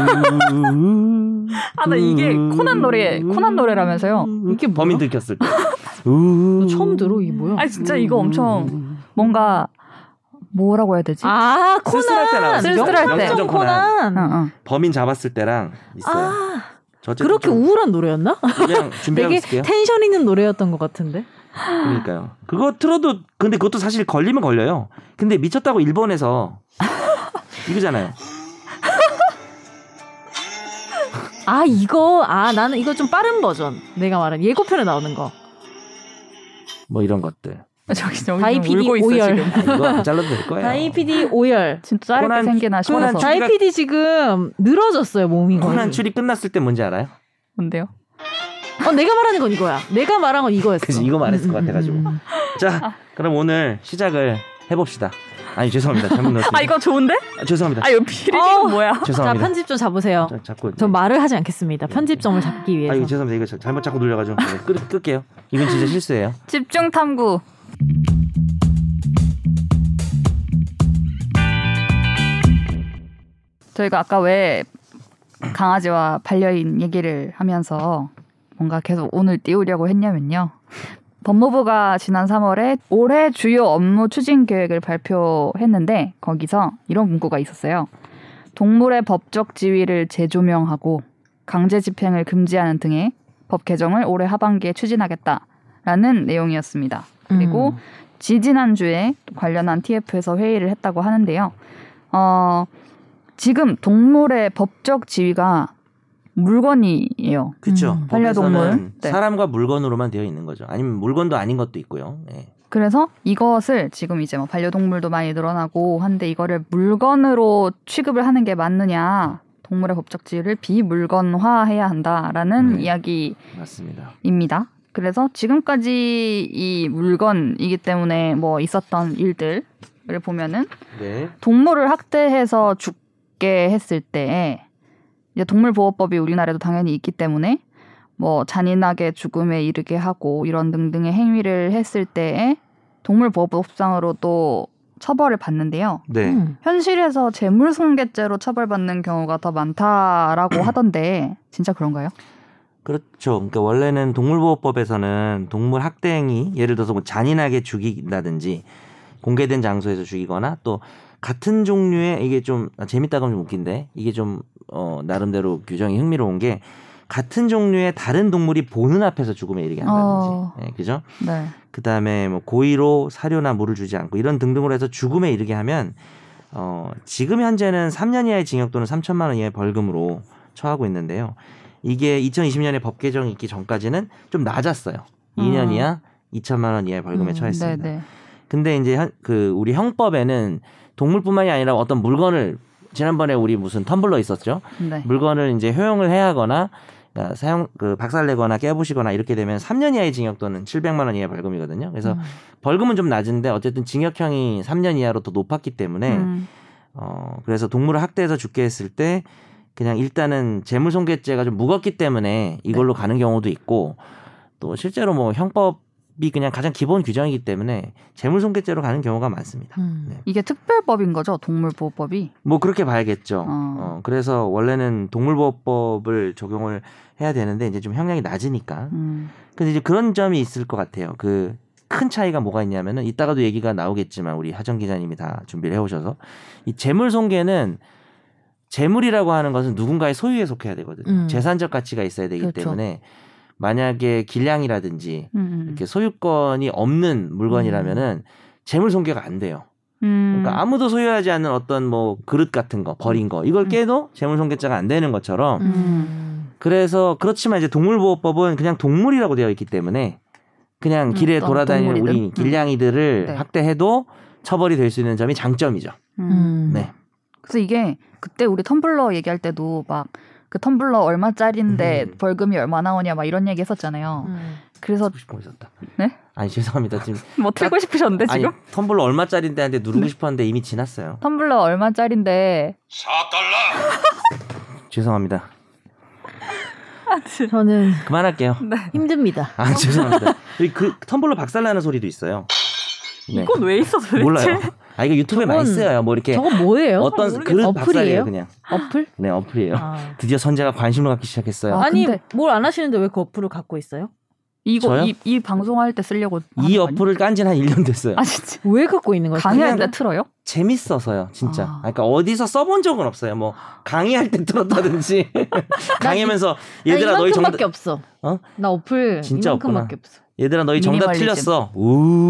Speaker 1: 아, 나 이게 코난 노래, 코난 노래라면서요?
Speaker 3: 이게 뭐야?
Speaker 2: 범인 들켰을 때.
Speaker 3: 너 처음 들어 이게 뭐야?
Speaker 1: 아니 진짜 이거
Speaker 2: 음,
Speaker 1: 엄청 뭔가 뭐라고 해야 되지?
Speaker 3: 아
Speaker 2: 쓸쓸할 때 나왔어.
Speaker 3: 코난
Speaker 1: 쓸쓸할 때.
Speaker 2: 명탐정
Speaker 3: 명탐정 코난
Speaker 1: 응, 응.
Speaker 2: 범인 잡았을 때랑 있어요.
Speaker 3: 아
Speaker 2: 저 어쨌든
Speaker 3: 그렇게
Speaker 2: 좀
Speaker 3: 우울한 노래였나?
Speaker 2: 그냥 준비하고
Speaker 3: 되게
Speaker 2: 있을게요.
Speaker 3: 텐션 있는 노래였던 것 같은데.
Speaker 2: 그러니까요. 그거 틀어도 근데 그것도 사실 걸리면 걸려요. 근데 미쳤다고 일본에서 이거잖아요.
Speaker 3: 아 이거 아 나는 이거 좀 빠른 버전 내가 말한 예고편에 나오는 거.
Speaker 2: 뭐 이런 것들.
Speaker 1: 아, 저기 저기
Speaker 3: 다이
Speaker 1: 지금
Speaker 3: PD
Speaker 1: 울고 있어
Speaker 3: 오열.
Speaker 1: 지금.
Speaker 2: 아, 이거 안 잘라도 될 거예요.
Speaker 3: 다이 PD 오열.
Speaker 1: 진짜 짜릿게
Speaker 2: 코난-
Speaker 1: 생기나 싶어서
Speaker 2: 코난 추-
Speaker 3: 다이 PD 지금 늘어졌어요 몸이 거의.
Speaker 2: 코난 출이 끝났을 때 뭔지 알아요?
Speaker 1: 뭔데요?
Speaker 3: 어 내가 말하는 건 이거야. 내가 말한 건 이거였어.
Speaker 2: 그치, 이거 말했을 것
Speaker 3: 음, 음,
Speaker 2: 같아가지고.
Speaker 3: 음, 음.
Speaker 2: 자, 그럼 오늘 시작을 해봅시다. 아니 죄송합니다. 잘못 넣었어요.
Speaker 1: 아 이거 좋은데?
Speaker 2: 아, 죄송합니다.
Speaker 1: 아 이거 피리가
Speaker 3: 아우.
Speaker 1: 뭐야?
Speaker 3: 자
Speaker 2: 죄송합니다.
Speaker 3: 편집 좀 잡으세요.
Speaker 2: 자, 자꾸.
Speaker 3: 전 말을 하지 않겠습니다. 편집점을 잡기
Speaker 2: 아
Speaker 3: 위해서.
Speaker 2: 이거 죄송합니다. 이거 자- 잘못 자꾸 눌려가지고 네, 끄, 끌게요. 이건
Speaker 1: 음.
Speaker 2: 진짜 실수예요.
Speaker 1: 집중 탐구. 저희가 아까 왜 강아지와 반려인 얘기를 하면서 뭔가 계속 오늘 띄우려고 했냐면요. 법무부가 지난 3월에 올해 주요 업무 추진 계획을 발표했는데 거기서 이런 문구가 있었어요. 동물의 법적 지위를 재조명하고 강제 집행을 금지하는 등의 법 개정을 올해 하반기에 추진하겠다라는 내용이었습니다. 그리고
Speaker 3: 음.
Speaker 1: 지지난주에 또 관련한 TF에서 회의를 했다고 하는데요. 어, 지금 동물의 법적 지위가 물건이에요.
Speaker 2: 그렇죠.
Speaker 3: 음.
Speaker 1: 반려동물. 네.
Speaker 2: 사람과 물건으로만 되어 있는 거죠. 아니면 물건도 아닌 것도 있고요. 예.
Speaker 1: 그래서 이것을 지금 이제 뭐 반려동물도 많이 늘어나고 한데 이거를 물건으로 취급을 하는 게 맞느냐. 동물의 법적 지위를 비물건화해야 한다라는
Speaker 2: 네.
Speaker 1: 이야기
Speaker 2: 맞습니다.
Speaker 1: 입니다. 그래서 지금까지 이 물건이기 때문에 뭐 있었던 일들을 보면은
Speaker 2: 네.
Speaker 1: 동물을 학대해서 죽게 했을 때 이제 동물보호법이 우리나라에도 당연히 있기 때문에 뭐 잔인하게 죽음에 이르게 하고 이런 등등의 행위를 했을 때에 동물보호법상으로도 처벌을 받는데요.
Speaker 2: 네.
Speaker 3: 음.
Speaker 1: 현실에서 재물손괴죄로 처벌받는 경우가 더 많다라고 하던데 진짜 그런가요?
Speaker 2: 그렇죠. 그러니까 원래는 동물보호법에서는 동물 학대 행위, 예를 들어서 뭐 잔인하게 죽인다든지 공개된 장소에서 죽이거나 또 같은 종류의 이게 좀 아, 재밌다고 하면 좀 웃긴데 이게 좀 어 나름대로 규정이 흥미로운 게 같은 종류의 다른 동물이 보는 앞에서 죽음에 이르게 한다든지,
Speaker 1: 어.
Speaker 2: 예, 그죠?
Speaker 1: 네.
Speaker 2: 그 다음에 뭐 고의로 사료나 물을 주지 않고 이런 등등으로 해서 죽음에 이르게 하면 어, 지금 현재는 3년 이하의 징역 또는 3천만 원 이하의 벌금으로 처하고 있는데요. 이게 2020년에 법 개정이 있기 전까지는 좀 낮았어요. 2년
Speaker 3: 음.
Speaker 2: 이하 2천만 원 이하의 벌금에
Speaker 3: 음,
Speaker 2: 처했습니다.
Speaker 1: 네네.
Speaker 2: 근데 이제 현- 그 우리 형법에는 동물뿐만이 아니라 어떤 물건을 지난번에 우리 무슨 텀블러 있었죠?
Speaker 1: 네.
Speaker 2: 물건을 이제 효용을 해야 하거나 그러니까 사용 그 박살내거나 깨부시거나 이렇게 되면 3년 이하의 징역 또는 700만 원 이하의 벌금이거든요. 그래서
Speaker 3: 음.
Speaker 2: 벌금은 좀 낮은데 어쨌든 징역형이 3년 이하로 더 높았기 때문에
Speaker 1: 음.
Speaker 2: 어 그래서 동물을 학대해서 죽게 했을 때 그냥 일단은 재물손괴죄가 좀 무겁기 때문에 이걸로
Speaker 1: 네.
Speaker 2: 가는 경우도 있고 또 실제로 뭐 형법이 그냥 가장 기본 규정이기 때문에 재물손괴죄로 가는 경우가 많습니다.
Speaker 3: 음.
Speaker 2: 네.
Speaker 1: 이게 특별법인 거죠? 동물보호법이?
Speaker 2: 뭐 그렇게 봐야겠죠.
Speaker 1: 어.
Speaker 2: 어. 그래서 원래는 동물보호법을 적용을 해야 되는데 이제 좀 형량이 낮으니까.
Speaker 1: 음.
Speaker 2: 근데 이제 그런 점이 있을 것 같아요. 그 큰 차이가 뭐가 있냐면은 이따가도 얘기가 나오겠지만 우리 하정 기자님이 다 준비를 해오셔서 이 재물 손괴는 재물이라고 하는 것은 누군가의 소유에 속해야 되거든요.
Speaker 3: 음.
Speaker 2: 재산적 가치가 있어야 되기
Speaker 3: 그렇죠.
Speaker 2: 때문에 만약에 길량이라든지
Speaker 1: 음, 음.
Speaker 2: 이렇게 소유권이 없는
Speaker 3: 음.
Speaker 2: 물건이라면은 재물 손괴가 안 돼요.
Speaker 1: 음.
Speaker 2: 그러니까 아무도 소유하지 않은 어떤 뭐 그릇 같은 거 버린 거 이걸
Speaker 1: 음.
Speaker 2: 깨도 재물손괴죄가 안 되는 것처럼
Speaker 1: 음.
Speaker 2: 그래서 그렇지만 이제 동물보호법은 그냥 동물이라고 되어 있기 때문에 그냥
Speaker 1: 음,
Speaker 2: 길에
Speaker 1: 어떤
Speaker 2: 돌아다니는
Speaker 1: 동물이든.
Speaker 2: 우리
Speaker 1: 음.
Speaker 2: 길냥이들을
Speaker 1: 네.
Speaker 2: 학대해도 처벌이 될 수 있는 점이 장점이죠.
Speaker 1: 음.
Speaker 3: 음.
Speaker 2: 네.
Speaker 1: 그래서 이게 그때 우리 텀블러 얘기할 때도 막 그 텀블러 얼마짜리인데
Speaker 2: 음.
Speaker 1: 벌금이 얼마 나오냐 막 이런 얘기 했었잖아요.
Speaker 3: 음.
Speaker 1: 그래서
Speaker 2: 듣고 싶은 거 있었다.
Speaker 1: 네?
Speaker 2: 아니 죄송합니다. 지금
Speaker 1: 뭐 틀고 싶으셨는데
Speaker 2: 아니
Speaker 1: 지금? 네.
Speaker 2: 텀블러 얼마짜리인데 한테 누르고 싶었는데 이미 지났어요.
Speaker 1: 텀블러 얼마짜리인데
Speaker 2: 죄송합니다.
Speaker 3: 저는
Speaker 2: 그만할게요.
Speaker 1: 네.
Speaker 3: 힘듭니다.
Speaker 2: 아 죄송합니다. 여기 그 텀블러 박살나는 소리도 있어요. 네.
Speaker 1: 이건 왜 있어 도대체?
Speaker 2: 몰라요. 아 이거 유튜브에 많이
Speaker 3: 저건-
Speaker 2: 쓰여요. 뭐 이렇게
Speaker 3: 저건 뭐예요?
Speaker 2: 어떤
Speaker 3: 모르겠-
Speaker 2: 그릇 박살이에요
Speaker 3: 어플이에요?
Speaker 2: 그냥.
Speaker 3: 어플?
Speaker 2: 네 어플이에요.
Speaker 3: 아.
Speaker 2: 드디어 선재가 관심을 갖기 시작했어요.
Speaker 1: 아,
Speaker 3: 니
Speaker 1: 근데-
Speaker 3: 뭘 안 하시는데 왜 그 어플을 갖고 있어요?
Speaker 1: 이거
Speaker 2: 저요?
Speaker 1: 이, 이 방송할 때 쓰려고
Speaker 2: 이
Speaker 3: 아,
Speaker 1: 하는 거
Speaker 2: 어플을 깐 지는 한 1년 됐어요.
Speaker 1: 아니야? 아 진짜
Speaker 3: 왜 갖고 있는 거예요?
Speaker 1: 강의할 때 틀어요?
Speaker 2: 재밌어서요, 진짜.
Speaker 1: 아.
Speaker 2: 아, 그러니까 어디서 써본 적은 없어요. 뭐 강의할 때 들었다든지 강의하면서 얘들아
Speaker 3: 나
Speaker 2: 너희 정답
Speaker 3: 이만큼밖에 없어.
Speaker 2: 어?
Speaker 3: 나 어플
Speaker 2: 진짜
Speaker 3: 이만큼밖에 없어.
Speaker 2: 얘들아 너희 정답
Speaker 1: 미니멀리즘.
Speaker 2: 틀렸어.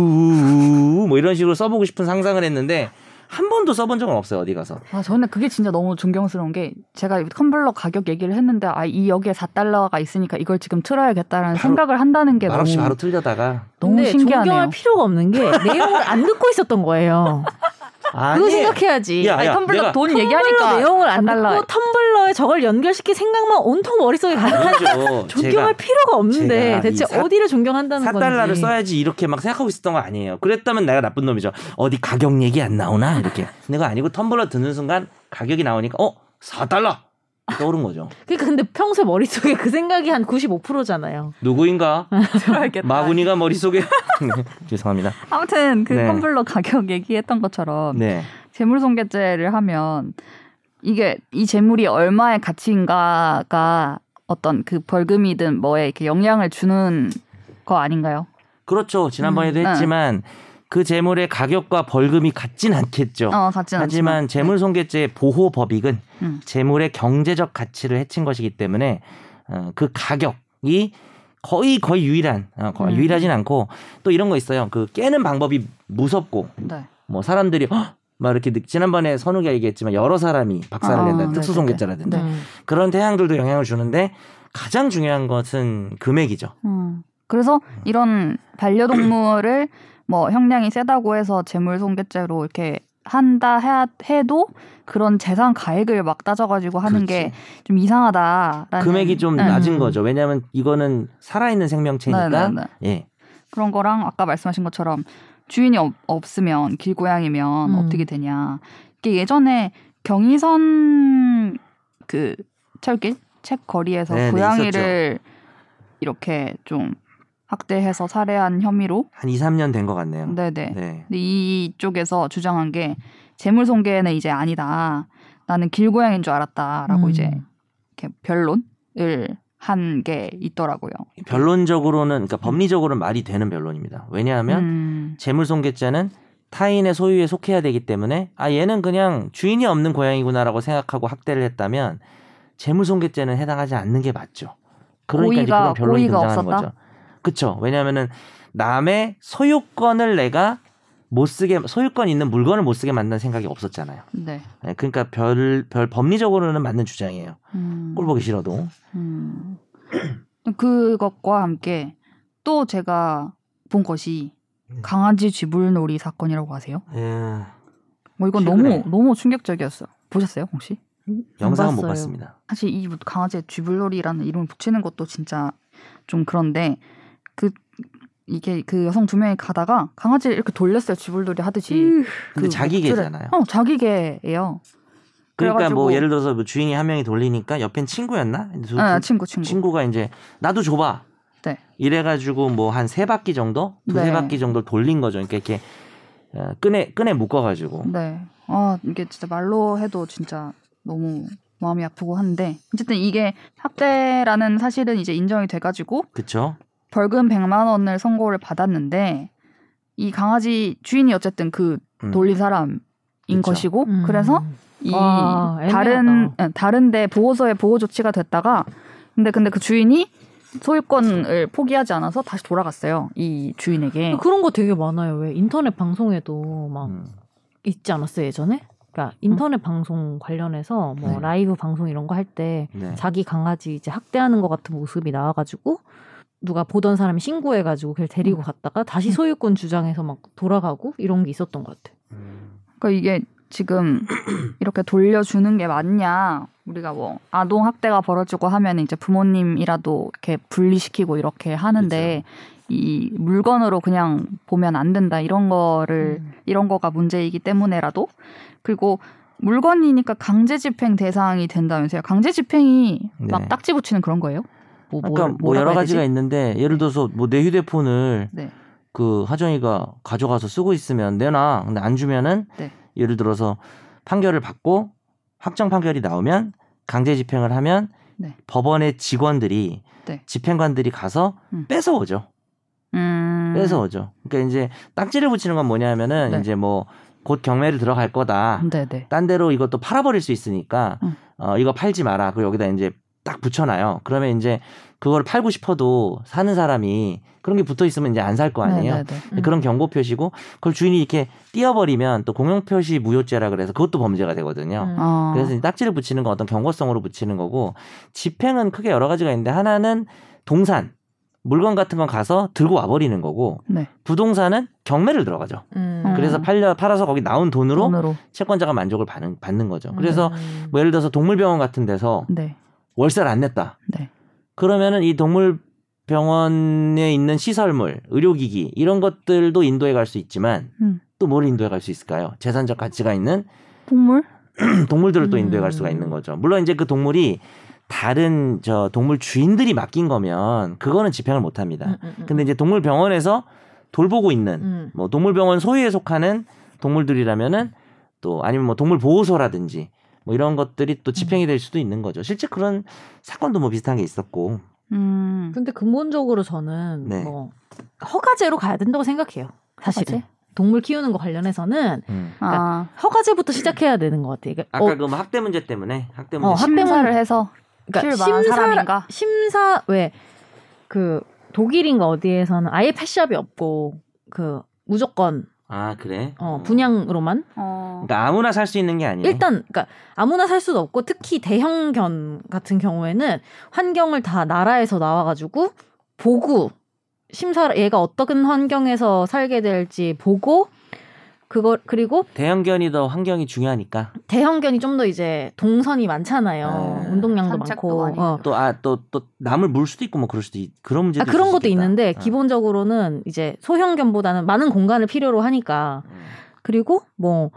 Speaker 2: 우우우우 뭐 이런 식으로 써보고 싶은 상상을 했는데 한 번도 써본 적은 없어요. 어디 가서.
Speaker 1: 아 저는 그게 진짜 너무 존경스러운 게 제가 텀블러 가격 얘기를 했는데 아 이 여기에 4달러가 있으니까 이걸 지금 틀어야겠다라는
Speaker 2: 바로-
Speaker 1: 생각을 한다는 게 너무
Speaker 2: 말없이
Speaker 3: 뭐.
Speaker 2: 바로 틀려다가
Speaker 1: 너무
Speaker 3: 근데
Speaker 1: 신기하네요.
Speaker 3: 존경할 필요가 없는 게 내용을 안 듣고 있었던 거예요. 그거
Speaker 2: 아니
Speaker 3: 생각해야지.
Speaker 2: 야,
Speaker 1: 아니,
Speaker 2: 야,
Speaker 1: 텀블러
Speaker 2: 내가-
Speaker 1: 돈
Speaker 3: 텀블러
Speaker 1: 얘기하니까
Speaker 3: 내용을 안
Speaker 1: 달라.
Speaker 3: 듣고 텀블러에 저걸 연결시킬 생각만 온통 머릿속에 가득한
Speaker 2: 아니죠.
Speaker 3: 존경할
Speaker 2: 제가
Speaker 3: 필요가 없는데
Speaker 2: 제가
Speaker 3: 대체
Speaker 2: 이 사-
Speaker 3: 어디를 존경한다는 건지.
Speaker 2: 4달러를 써야지 이렇게 막 생각하고 있었던 거 아니에요. 그랬다면 내가 나쁜 놈이죠. 어디 가격 얘기 안 나오나 이렇게. 근데 그거 아니고 텀블러 드는 순간 가격이 나오니까 어 4달러 떠오른 거죠.
Speaker 3: 그러니까 근데 평소에 머릿속에 그 생각이 한 95%잖아요.
Speaker 2: 누구인가?
Speaker 1: 들어야겠다.
Speaker 2: 마구니가 머릿속에 네. 죄송합니다.
Speaker 1: 아무튼 그
Speaker 2: 네.
Speaker 1: 텀블러 가격 얘기했던 것처럼
Speaker 3: 음.
Speaker 2: 네.
Speaker 1: 재물손괴죄를 하면 이게 이 재물이 얼마의 가치인가가 어떤 그 벌금이든 뭐에 이렇게 영향을 주는 거 아닌가요?
Speaker 2: 그렇죠. 지난번에도
Speaker 3: 네.
Speaker 1: 음,
Speaker 2: 했지만 그 재물의 가격과 벌금이 같진 않겠죠.
Speaker 1: 어, 같지는
Speaker 2: 하지만 재물 손괴죄 보호 법익은
Speaker 1: 네. 음.
Speaker 2: 재물의 경제적 가치를 해친 것이기 때문에 어, 그 가격이 거의 거의 유일한 어, 거의
Speaker 1: 음.
Speaker 2: 유일하진 않고 또 이런 거 있어요. 그 깨는 방법이 무섭고
Speaker 1: 네.
Speaker 2: 뭐 사람들이 헉! 막 이렇게 느- 지난번에 선우가 얘기했지만 여러 사람이 박살을
Speaker 1: 아,
Speaker 2: 낸다,
Speaker 1: 네,
Speaker 2: 특수손괴죄라든지
Speaker 1: 네.
Speaker 3: 음.
Speaker 2: 그런 태양들도 영향을 주는데 가장 중요한 것은 금액이죠.
Speaker 1: 음. 그래서 이런 반려동물을 뭐 형량이 세다고 해서 재물손괴죄로 이렇게 한다 해야- 해도 그런 재산 가액을 막 따져가지고 하는 게
Speaker 2: 그렇지.
Speaker 1: 좀 이상하다라는
Speaker 2: 금액이 좀
Speaker 1: 네.
Speaker 2: 낮은
Speaker 3: 음.
Speaker 2: 거죠. 왜냐하면 이거는 살아있는 생명체니까.
Speaker 1: 네, 네,
Speaker 2: 예.
Speaker 1: 그런 거랑 아까 말씀하신 것처럼 주인이 없, 없으면 길고양이면
Speaker 3: 음.
Speaker 1: 어떻게 되냐. 이게 예전에 경의선 그 철길 책 거리에서
Speaker 2: 네, 네,
Speaker 1: 고양이를 이렇게 좀 학대해서 살해한 혐의로
Speaker 2: 한 2, 3년 된 것 같네요.
Speaker 1: 네네.
Speaker 2: 네.
Speaker 1: 근데 이쪽에서 주장한 게 재물손괴는 이제 아니다. 나는 길고양인 줄 알았다라고
Speaker 3: 음.
Speaker 1: 이제 이렇게 변론을 한 게 있더라고요.
Speaker 2: 변론적으로는 그러니까 법리적으로는 말이 되는 변론입니다. 왜냐하면
Speaker 1: 음.
Speaker 2: 재물손괴죄는 타인의 소유에 속해야 되기 때문에 아 얘는 그냥 주인이 없는 고양이구나라고 생각하고 학대를 했다면 재물손괴죄는 해당하지 않는 게 맞죠. 그러니까 이제
Speaker 1: 고의가-
Speaker 2: 그런 변론이
Speaker 1: 고의가
Speaker 2: 등장하는
Speaker 1: 없었다?
Speaker 2: 거죠. 그렇죠. 왜냐하면은 남의 소유권을 내가 못 쓰게 소유권 있는 물건을 못 쓰게 만든 생각이 없었잖아요.
Speaker 1: 네.
Speaker 2: 네, 그러니까 별, 별 법리적으로는 맞는 주장이에요.
Speaker 1: 음.
Speaker 2: 꼴 보기 싫어도.
Speaker 1: 음. 그것과 함께 또 제가 본 것이
Speaker 2: 네.
Speaker 1: 강아지 쥐불놀이 사건이라고 아세요?
Speaker 2: 예.
Speaker 1: 뭐 이건
Speaker 2: 최근에.
Speaker 1: 너무 너무 충격적이었어요. 보셨어요 혹시?
Speaker 2: 영상은 못
Speaker 3: 봤어요.
Speaker 2: 봤습니다.
Speaker 1: 사실 이 강아지에 쥐불놀이라는 이름을 붙이는 것도 진짜 좀 그런데 그 이게 그 여성 두 명이 가다가 강아지를 이렇게 돌렸어요 쥐불놀이 하듯이.
Speaker 2: 음. 근데
Speaker 1: 그
Speaker 2: 자기
Speaker 1: 목줄에-
Speaker 2: 개잖아요.
Speaker 1: 어 자기 개예요.
Speaker 2: 그러니까
Speaker 1: 그래가지고-
Speaker 2: 뭐 예를 들어서 뭐 주인이 한 명이 돌리니까 옆엔 친구였나? 두-
Speaker 1: 아,
Speaker 2: 두-
Speaker 1: 친구 친구.
Speaker 2: 친구가 이제 나도 줘봐.
Speaker 1: 네.
Speaker 2: 이래가지고 뭐 한 세 바퀴 정도, 두세
Speaker 1: 네.
Speaker 2: 바퀴 정도 를 돌린 거죠. 그러니까 이렇게 어, 끈에 끈에 묶어가지고
Speaker 1: 네. 아 이게 진짜 말로 해도 진짜 너무 마음이 아프고 한데 어쨌든 이게 학대라는 사실은 이제 인정이 돼가지고
Speaker 2: 그쵸?
Speaker 1: 벌금 100만 원을 선고를 받았는데 이 강아지 주인이 어쨌든 그
Speaker 2: 음.
Speaker 1: 돌린 사람인
Speaker 2: 그쵸.
Speaker 1: 것이고 그래서 이
Speaker 3: 음. 와, 애매하다.
Speaker 1: 다른 예, 다른데 보호소에 보호 조치가 됐다가 근데 근데 그 주인이 소유권을 포기하지 않아서 다시 돌아갔어요 이 주인에게
Speaker 3: 음. 그런 거 되게 많아요. 왜 인터넷 방송에도 막
Speaker 2: 음.
Speaker 3: 있지 않았어요 예전에? 그러니까 인터넷 방송 관련해서 뭐
Speaker 2: 네.
Speaker 3: 라이브 방송 이런 거 할 때
Speaker 2: 네.
Speaker 3: 자기 강아지 이제 학대하는 것 같은 모습이 나와가지고 누가 보던 사람이 신고해가지고 걔를 데리고 갔다가 다시 소유권 주장해서 막 돌아가고 이런 게 있었던 것 같아.
Speaker 2: 음.
Speaker 1: 그러니까 이게 지금 이렇게 돌려주는 게 맞냐 우리가 뭐 아동 학대가 벌어지고 하면 이제 부모님이라도 이렇게 분리시키고 이렇게 하는데
Speaker 2: 그렇죠.
Speaker 1: 이 물건으로 그냥 보면 안 된다 이런
Speaker 3: 음.
Speaker 1: 거를
Speaker 2: 음.
Speaker 1: 이런 거가 문제이기 때문에라도 그리고 물건이니까 강제 집행 대상이 된다면서요. 그러니까 강제 집행이
Speaker 2: 네.
Speaker 1: 막 딱지 붙이는 그런 거예요? 뭐, 뭐,
Speaker 2: 그러니까 뭐
Speaker 1: 뭐라고
Speaker 2: 여러
Speaker 1: 해야
Speaker 2: 가지가
Speaker 1: 되지?
Speaker 2: 있는데 예를 들어서 뭐 내 휴대폰을
Speaker 1: 네.
Speaker 2: 그 하정이가 가져가서 쓰고 있으면 내놔. 근데 안 주면은
Speaker 1: 네.
Speaker 2: 예를 들어서 판결을 받고 확정 판결이 나오면 강제 집행을 하면
Speaker 1: 네.
Speaker 2: 법원의 직원들이
Speaker 1: 네.
Speaker 2: 집행관들이 가서
Speaker 1: 음.
Speaker 2: 뺏어오죠.
Speaker 1: 음.
Speaker 2: 뺏어오죠. 그러니까 이제 딱지를 붙이는 건 뭐냐면은
Speaker 1: 네.
Speaker 2: 이제 뭐 곧 경매를 들어갈 거다.
Speaker 1: 네, 네.
Speaker 2: 딴 데로 이것도 팔아버릴 수 있으니까
Speaker 1: 음.
Speaker 2: 어, 이거 팔지 마라. 그 여기다 이제 딱 붙여놔요. 그러면 이제 그걸 팔고 싶어도 사는 사람이 그런 게 붙어 있으면 이제 안 살 거 아니에요.
Speaker 1: 네, 네, 네.
Speaker 3: 음.
Speaker 2: 그런 경고 표시고 그걸 주인이 이렇게 띄어버리면 또 공용 표시 무효죄라 그래서 그것도 범죄가 되거든요.
Speaker 3: 음.
Speaker 1: 어.
Speaker 2: 그래서 이 딱지를 붙이는 건 어떤 경고성으로 붙이는 거고 집행은 크게 여러 가지가 있는데 하나는 동산 물건 같은 건 가서 들고 와버리는 거고
Speaker 1: 네.
Speaker 2: 부동산은 경매를 들어가죠.
Speaker 3: 음.
Speaker 1: 음.
Speaker 2: 그래서 팔려 팔아서 거기 나온 돈으로
Speaker 1: 돈으로.
Speaker 2: 채권자가 만족을 받는, 받는 거죠. 그래서
Speaker 3: 음.
Speaker 2: 뭐 예를 들어서 동물병원 같은 데서
Speaker 1: 네.
Speaker 2: 월세를 안 냈다.
Speaker 1: 네.
Speaker 2: 그러면은 이 동물병원에 있는 시설물, 의료기기 이런 것들도 인도해 갈 수 있지만
Speaker 1: 음.
Speaker 2: 또 뭘 인도해 갈 수 있을까요? 재산적 가치가 있는
Speaker 1: 동물?
Speaker 2: 동물들을 또 인도해
Speaker 3: 음.
Speaker 2: 갈 수가 있는 거죠. 물론 이제 그 동물이 다른 저 동물 주인들이 맡긴 거면 그거는 집행을 못 합니다.
Speaker 3: 음, 음, 음.
Speaker 2: 근데 이제 동물병원에서 돌보고 있는
Speaker 3: 음.
Speaker 2: 뭐 동물병원 소유에 속하는 동물들이라면은 또 아니면 뭐 동물 보호소라든지 뭐 이런 것들이 또 집행이 될 수도 있는 거죠. 실제 그런 사건도 뭐 비슷한 게 있었고.
Speaker 1: 음.
Speaker 3: 근데 근본적으로 저는
Speaker 2: 네.
Speaker 3: 뭐 허가제로 가야 된다고 생각해요. 사실은 동물 키우는 거 관련해서는
Speaker 1: 아,
Speaker 3: 허가제부터 시작해야 되는 것 같아요. 그러니까
Speaker 2: 아까
Speaker 3: 어,
Speaker 2: 그 학대 문제 때문에 학대
Speaker 3: 문제 어,
Speaker 2: 문제.
Speaker 3: 학- 학대문-
Speaker 1: 심사를 해서
Speaker 2: 그
Speaker 3: 그러니까
Speaker 1: 키울 만한 사람인가?
Speaker 3: 심사 왜 그 독일인가 어디에서는 아예 펫샵이 없고 그 무조건
Speaker 2: 아 그래.
Speaker 3: 어, 분양으로만
Speaker 1: 어.
Speaker 2: 그러니까 아무나 살 수 있는 게 아니에요.
Speaker 3: 일단 그러니까 아무나 살 수도 없고 특히 대형견 같은 경우에는 환경을 다 나라에서 나와가지고 보고 심사 를 얘가 어떤 환경에서 살게 될지 보고 그걸 그리고
Speaker 2: 대형견이 더 환경이 중요하니까
Speaker 3: 대형견이 좀 더 이제 동선이 많잖아요.
Speaker 2: 네.
Speaker 3: 운동량도
Speaker 1: 산책도
Speaker 3: 많고.
Speaker 1: 많이
Speaker 3: 어.
Speaker 2: 또 아 또 또 남을 물 수도 있고 뭐 그럴 수도 있, 그런 문제도
Speaker 3: 아, 그런
Speaker 2: 있을 수
Speaker 3: 것도
Speaker 2: 있겠다.
Speaker 3: 있는데
Speaker 2: 어.
Speaker 3: 기본적으로는 이제 소형견보다는 많은 공간을 필요로 하니까
Speaker 2: 음.
Speaker 3: 그리고 뭐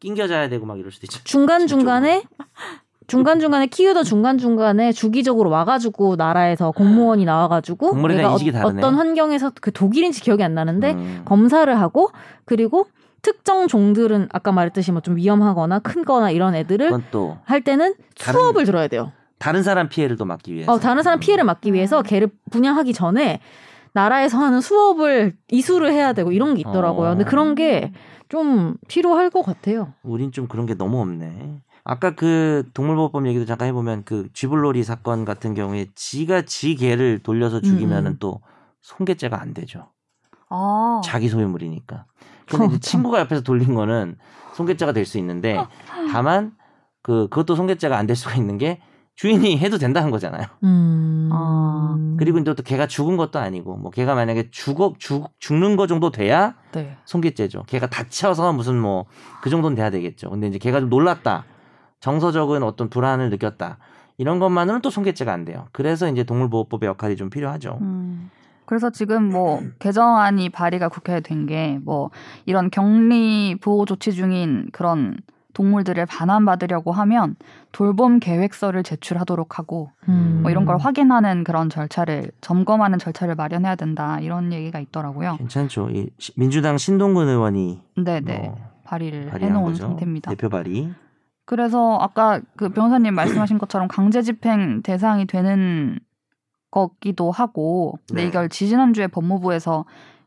Speaker 2: 낑겨 자야 되고 막 이럴 수도 있죠.
Speaker 3: 중간 중간에 중간 중간에 키우던 중간 중간에 주기적으로 와가지고 나라에서 공무원이 나와가지고
Speaker 2: 공무원에 대한
Speaker 3: 얘가 어,
Speaker 2: 인식이 다르네.
Speaker 3: 떤 환경에서 그 독일인지 기억이 안 나는데
Speaker 2: 음.
Speaker 3: 검사를 하고 그리고 특정 종들은 아까 말했듯이 뭐 좀 위험하거나 큰거나 이런 애들을
Speaker 2: 그건 또
Speaker 3: 할 때는
Speaker 2: 다른-
Speaker 3: 수업을 들어야 돼요.
Speaker 2: 다른 사람 피해를 또 막기 위해서.
Speaker 3: 어, 다른 사람 피해를 막기 위해서
Speaker 1: 음.
Speaker 3: 개를 분양하기 전에 나라에서 하는 수업을 이수를 해야 되고 이런 게 있더라고요. 근데
Speaker 2: 어.
Speaker 3: 그런
Speaker 1: 음.
Speaker 3: 게 좀 필요할 것 같아요.
Speaker 2: 우린 좀 그런 게 너무 없네. 아까 그 동물보호법 얘기도 잠깐 해보면 그 쥐불놀이 사건 같은 경우에 지가 지 개를 돌려서 죽이면은
Speaker 3: 음.
Speaker 2: 또 손괴죄가 안 되죠.
Speaker 1: 아.
Speaker 2: 자기 소유물이니까. 근데 이제 친구가 옆에서 돌린 거는 손괴죄가 될 수 있는데 다만 그 그것도 손괴죄가 안 될 수가 있는 게 주인이 해도 된다는 거잖아요.
Speaker 3: 음.
Speaker 1: 아,
Speaker 2: 그리고 이제 또 개가 죽은 것도 아니고 뭐 개가 만약에 죽어 죽 죽는 거 정도 돼야
Speaker 1: 네.
Speaker 2: 손괴죄죠. 걔가 다쳐서 무슨 뭐 그 정도는 돼야 되겠죠. 근데 이제 걔가 좀 놀랐다. 정서적인 어떤 불안을 느꼈다. 이런 것만으로는 또 손괴죄가 안 돼요. 그래서 이제 동물보호법의 역할이 좀 필요하죠.
Speaker 1: 음. 그래서 지금 뭐 개정안이 발의가 국회에 된 게 뭐 이런 격리 보호 조치 중인 그런 동물들을 반환받으려고 하면 돌봄 계획서를 제출하도록 하고
Speaker 3: 음.
Speaker 1: 뭐 이런 걸 확인하는 그런 절차를 점검하는 절차를 마련해야 된다 이런 얘기가 있더라고요.
Speaker 2: 괜찮죠. 이 시- 민주당 신동근 의원이
Speaker 1: 네네
Speaker 2: 뭐
Speaker 1: 발의를
Speaker 2: 발의한
Speaker 1: 해놓은
Speaker 2: 거죠.
Speaker 1: 상태입니다.
Speaker 2: 대표 발의.
Speaker 1: 그래서 아까 그 변호사님 말씀하신 것처럼 강제 집행 대상이 되는 거기도 하고 근데
Speaker 2: 네.
Speaker 1: 이걸 지난주에 법무부에서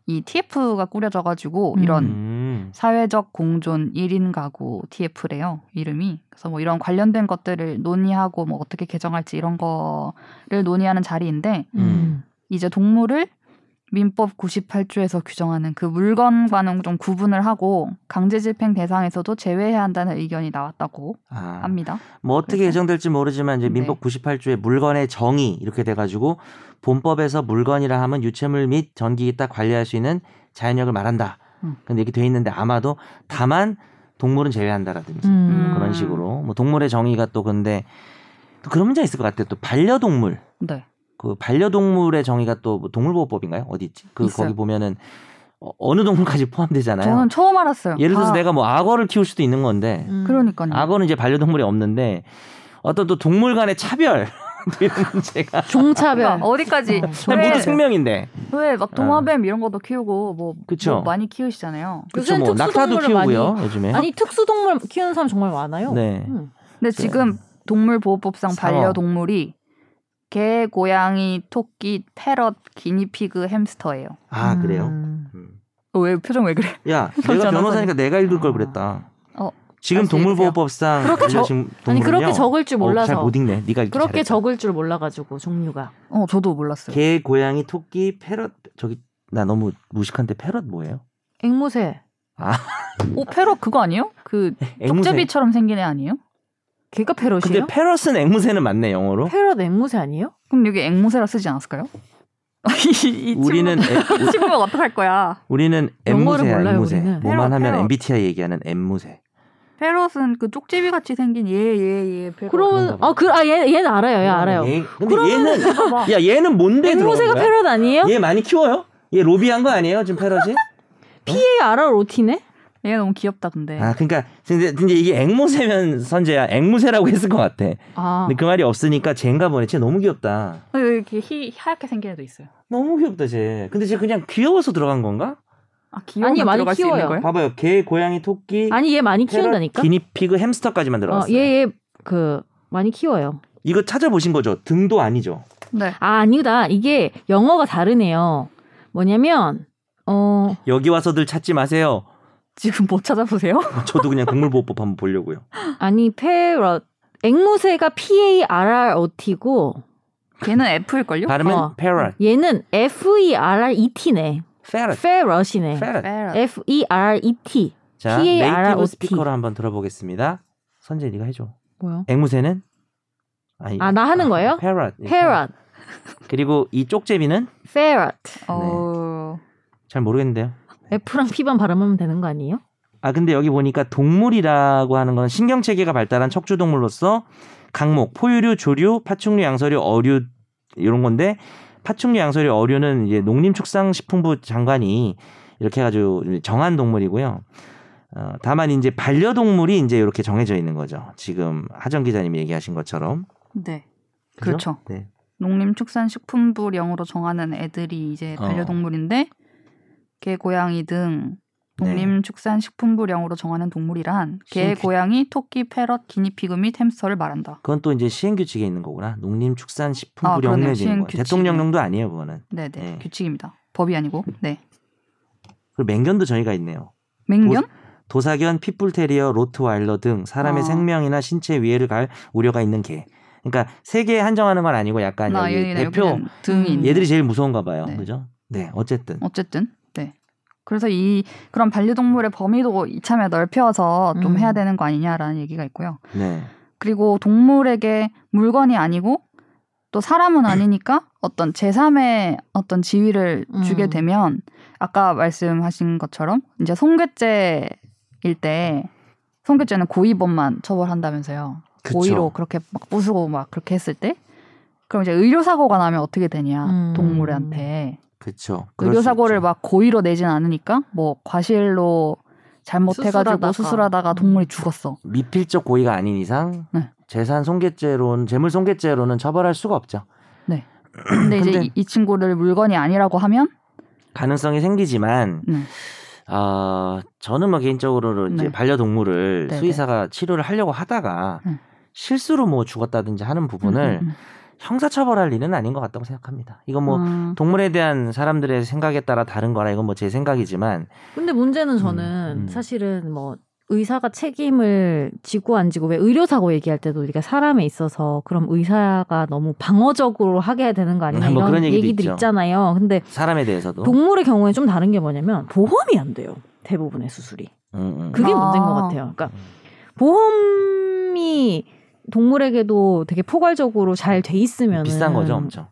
Speaker 1: 이 TF가 꾸려져가지고
Speaker 3: 음.
Speaker 1: 이런
Speaker 2: 음.
Speaker 1: 사회적 공존 1인 가구 TF래요. 이름이. 그래서 뭐 이런 관련된 것들을 논의하고 뭐 어떻게 개정할지 이런 거를 논의하는 자리인데
Speaker 3: 음.
Speaker 1: 이제 동물을 민법 98조에서 규정하는 그 물건과는 좀 구분을 하고 강제 집행 대상에서도 제외해야 한다는 의견이 나왔다고
Speaker 2: 아.
Speaker 1: 합니다.
Speaker 2: 뭐 어떻게
Speaker 1: 그래서-
Speaker 2: 예정될지 모르지만 이제
Speaker 1: 그렇죠. 네.
Speaker 2: 민법 98조의 물건의 정의 이렇게 돼가지고 본법에서 물건이라 하면 유체물 및 전기 기타 관리할 수 있는 자연력을 말한다.
Speaker 1: 음.
Speaker 2: 근데 이렇게 돼 있는데 아마도 다만 동물은 제외한다라든지
Speaker 3: 음.
Speaker 1: 음.
Speaker 2: 그런 식으로 뭐 동물의 정의가 또 근데 또 그런 문제 가 있을 것 같아요. 또 반려동물
Speaker 1: 네.
Speaker 2: 그 반려동물의 정의가 또뭐 동물보호법인가요? 어디 있지? 그
Speaker 1: 있어요.
Speaker 2: 거기 보면은 어- 어느 동물까지 포함되잖아요.
Speaker 1: 저는 처음 알았어요.
Speaker 2: 네. 예를 들어서
Speaker 1: 다-
Speaker 2: 내가 아, 뭐 악어를 키울 수도 있는 건데
Speaker 3: 음.
Speaker 1: 그러니까요.
Speaker 2: 악어는 이제 반려동물이 없는데 어떤 또 동물 간의 차별 이런 문제가
Speaker 3: 음. 종차별.
Speaker 2: 아,
Speaker 1: 그러니까 어디까지
Speaker 3: 어.
Speaker 2: 그냥 뭐. 모두 생명인데 네.
Speaker 1: 왜막 동화뱀 이런 것도 키우고 뭐,
Speaker 2: 그쵸.
Speaker 1: 뭐 많이 키우시잖아요.
Speaker 2: 그렇죠
Speaker 3: 요새는
Speaker 2: 뭐 낙타도
Speaker 3: 특수동물을 네?
Speaker 2: 키우고요 요즘에
Speaker 3: 아니 특수동물 키우는 사람 정말 많아요.
Speaker 2: 네
Speaker 3: 음.
Speaker 1: 근데
Speaker 2: 네.
Speaker 1: 지금 동물보호법상
Speaker 2: 상어.
Speaker 1: 반려동물이 개, 고양이, 토끼, 패럿, 기니피그, 햄스터예요.
Speaker 2: 아 그래요
Speaker 3: 음.
Speaker 2: 음.
Speaker 1: 어, 왜 표정 왜 그래?
Speaker 2: 야 내가
Speaker 1: 변호사님.
Speaker 2: 변호사니까 내가 읽을 걸
Speaker 3: 아.
Speaker 2: 그랬다
Speaker 1: 어,
Speaker 2: 지금
Speaker 1: 다시
Speaker 2: 동물보호법상
Speaker 3: 그렇게 적-
Speaker 2: 알려진
Speaker 3: 아니 그렇게
Speaker 2: 동물은요,
Speaker 3: 적을 줄
Speaker 2: 어,
Speaker 3: 몰라서
Speaker 2: 잘못 읽네 네가 읽기
Speaker 3: 그렇게
Speaker 2: 잘했다.
Speaker 3: 적을 줄 몰라가지고 종류가
Speaker 1: 어, 저도 몰랐어요.
Speaker 2: 개 고양이 토끼 패럿 저기 나 너무 무식한데 패럿 뭐예요
Speaker 3: 앵무새
Speaker 1: 오, 어, 패럿 그거 아니에요? 그
Speaker 2: 앵무새
Speaker 1: 쪽제비처럼 생긴 애 아니에요?
Speaker 3: 걔가 페럿이에요?
Speaker 2: 근데 패럿은 앵무새는 맞네 영어로
Speaker 3: 페럿 앵무새 아니에요?
Speaker 1: 그럼 여기 앵무새라 쓰지 않았을까요? 이, 이
Speaker 2: 우리는 애-
Speaker 1: 친구, 이 친구가 어떡할 거야?
Speaker 2: 우리는
Speaker 3: 영어를
Speaker 2: 엠무새야
Speaker 3: 몰라요,
Speaker 2: 엠무새
Speaker 3: 우리는.
Speaker 2: 뭐만
Speaker 1: 페럿,
Speaker 2: 하면
Speaker 1: 페럿.
Speaker 2: MBTI 얘기하는 엠무새
Speaker 1: 패럿은 그 쪽제비 같이 생긴 얘얘얘 패럿.
Speaker 3: 그러면
Speaker 2: 그런가 봐.
Speaker 3: 아그아얘얘 는 알아요, 얘 알아요.
Speaker 2: 얘, 네. 근데
Speaker 3: 그러면은-
Speaker 2: 얘는 야 얘는 뭔데
Speaker 3: 앵무새가
Speaker 2: 네. 들어간 거야?
Speaker 3: 페럿 아니에요?
Speaker 2: 얘 많이 키워요? 얘 로비한 거 아니에요 지금 페럿이?
Speaker 3: 얘 알아 로티네?
Speaker 1: 얘 너무 귀엽다
Speaker 3: 네.
Speaker 1: 근데.
Speaker 2: 아 그러니까 근데, 근데 이게 앵무새면 선재야 앵무새라고 했을 것 같아
Speaker 3: 아
Speaker 2: 근데 그 말이 없으니까 쟤인가 보네 쟤 너무 귀엽다
Speaker 1: 어, 이렇게 희, 하얗게 생긴 애도 있어요.
Speaker 2: 너무 귀엽다 쟤 근데 쟤 그냥 귀여워서 들어간 건가?
Speaker 1: 아, 귀여운
Speaker 3: 아니,
Speaker 1: 건
Speaker 3: 많이
Speaker 1: 들어갈 수
Speaker 3: 키워요.
Speaker 1: 있는 거예요?
Speaker 2: 봐봐요 개, 고양이, 토끼
Speaker 3: 네? 아니 얘 많이
Speaker 2: 페럿,
Speaker 3: 키운다니까.
Speaker 2: 기니피그, 햄스터까지만
Speaker 3: 어,
Speaker 2: 들어갔어요
Speaker 3: 얘얘 그 많이 키워요.
Speaker 2: 이거 찾아보신 거죠? 등도 아니죠?
Speaker 1: 네.
Speaker 3: 아 아니다 이게 영어가 다르네요. 뭐냐면 어
Speaker 2: 여기 와서들 찾지 마세요
Speaker 1: 지금 못 찾아보세요?
Speaker 2: 저도 그냥 동물보호법 한번 보려고요
Speaker 3: 아니 페럿 앵무새가 P A R R O T고
Speaker 1: 걔는 F일걸요?
Speaker 2: 발음은
Speaker 3: 어.
Speaker 2: parrot,
Speaker 3: 얘는 F E R R E T네.
Speaker 2: ferret,
Speaker 3: 페럿이네.
Speaker 2: ferret
Speaker 3: F E R R E T
Speaker 2: 자,
Speaker 3: PARROT.
Speaker 2: 네이티브 스피커로 한번 들어보겠습니다. 선재 네가 해줘.
Speaker 3: 뭐야?
Speaker 2: 앵무새는? 아니,
Speaker 3: 아, 나 하는 거예요?
Speaker 2: 페럿.
Speaker 3: 페럿,
Speaker 2: 그리고 이 쪽제비는
Speaker 3: 페럿.
Speaker 1: 어...
Speaker 2: 잘 모르겠는데요.
Speaker 3: F랑 P만 발음하면 되는 거 아니에요?
Speaker 2: 아 근데 여기 보니까 동물이라고 하는 건 신경 체계가 발달한 척추 동물로서 강목, 포유류, 조류, 파충류, 양서류, 어류 이런 건데 파충류, 양서류, 어류는 이제 농림축산식품부 장관이 이렇게 해가지고 정한 동물이고요. 어, 다만 이제 반려동물이 이제 이렇게 정해져 있는 거죠. 지금 하정 기자님이 얘기하신 것처럼
Speaker 1: 네.
Speaker 2: 그죠?
Speaker 1: 그렇죠.
Speaker 2: 네.
Speaker 1: 농림축산식품부령으로 정하는 애들이 이제
Speaker 2: 어.
Speaker 1: 반려동물인데 개, 고양이 등 농림축산식품부령으로 정하는 동물이란 개,
Speaker 2: 네. 신기-
Speaker 1: 고양이, 토끼, 패럿, 기니피그 및 햄스터를 말한다.
Speaker 2: 그건 또 이제 시행규칙에 있는 거구나. 농림축산식품부령
Speaker 1: 아, 그러네요.
Speaker 2: 내지 있는 거.
Speaker 1: 시행규칙이네.
Speaker 2: 대통령령도 아니에요, 그거는.
Speaker 1: 네,
Speaker 2: 네.
Speaker 1: 네. 규칙입니다. 법이 아니고. 네.
Speaker 2: 그리고 맹견도 저희가 있네요.
Speaker 1: 맹견?
Speaker 2: 도사견, 핏불테리어, 로트와일러 등 사람의
Speaker 1: 어.
Speaker 2: 생명이나 신체에 위해를 가할 우려가 있는 개. 그러니까 세 개에 한정하는 건 아니고 약간
Speaker 1: 나
Speaker 2: 여기
Speaker 1: 여기
Speaker 2: 대표
Speaker 1: 그냥
Speaker 3: 음.
Speaker 1: 등이 있는.
Speaker 2: 얘들이 제일 무서운가 봐요.
Speaker 1: 네.
Speaker 2: 그죠? 네, 어쨌든
Speaker 1: 어쨌든 네. 그래서 이 그런 반려동물의 범위도 이참에 넓혀서 좀
Speaker 3: 음.
Speaker 1: 해야 되는 거 아니냐라는 얘기가 있고요.
Speaker 2: 네,
Speaker 1: 그리고 동물에게 물건이 아니고 또 사람은 아니니까 어떤 제3의 어떤 지위를
Speaker 3: 음.
Speaker 1: 주게 되면 아까 말씀하신 것처럼 이제 손괴죄일 때 손괴죄는 고의범만 처벌한다면서요.
Speaker 2: 그쵸.
Speaker 1: 오이로 그렇게 막 부수고 막 그렇게 했을 때 그럼 이제 의료 사고가 나면 어떻게 되냐
Speaker 3: 음.
Speaker 1: 동물한테
Speaker 2: 그렇죠.
Speaker 1: 의료 사고를 막 고의로 내진 않으니까 뭐 과실로 잘못해가지고 음.
Speaker 3: 수술하다가.
Speaker 1: 수술하다가 동물이 죽었어.
Speaker 2: 미필적 고의가 아닌 이상
Speaker 1: 네.
Speaker 2: 재산 손괴죄로는 재물 손괴죄로는 처벌할 수가 없죠.
Speaker 1: 근데, 이제
Speaker 2: 근데-
Speaker 1: 이, 이 친구를 물건이 아니라고 하면
Speaker 2: 가능성이 생기지만
Speaker 1: 네.
Speaker 2: 아 저는 뭐 개인적으로 이제
Speaker 1: 네.
Speaker 2: 반려동물을
Speaker 1: 네네.
Speaker 2: 수의사가 치료를 하려고 하다가
Speaker 1: 음.
Speaker 2: 실수로 뭐 죽었다든지 하는 부분을
Speaker 1: 음, 음,
Speaker 2: 형사처벌할 일은 아닌 것 같다고 생각합니다. 이건 뭐
Speaker 1: 음.
Speaker 2: 동물에 대한 사람들의 생각에 따라 다른 거라 이건 뭐 제 생각이지만
Speaker 3: 근데 문제는 저는
Speaker 2: 음.
Speaker 3: 사실은 뭐 의사가 책임을 지고 안 지고 왜 의료사고 얘기할 때도 우리가 사람에 있어서 그럼 의사가 너무 방어적으로 하게 되는 거 아니냐
Speaker 2: 음, 뭐
Speaker 3: 이런
Speaker 2: 그런 얘기도
Speaker 3: 얘기들
Speaker 2: 있죠.
Speaker 3: 있잖아요. 근데
Speaker 2: 사람에 대해서도
Speaker 3: 동물의 경우에 좀 다른 게 뭐냐면 보험이 안 돼요. 대부분의 수술이.
Speaker 2: 음, 음.
Speaker 3: 그게
Speaker 1: 아.
Speaker 3: 문제인 것 같아요. 그러니까 보험이 동물에게도 되게 포괄적으로 잘 돼 있으면
Speaker 2: 비싼 거죠 엄청.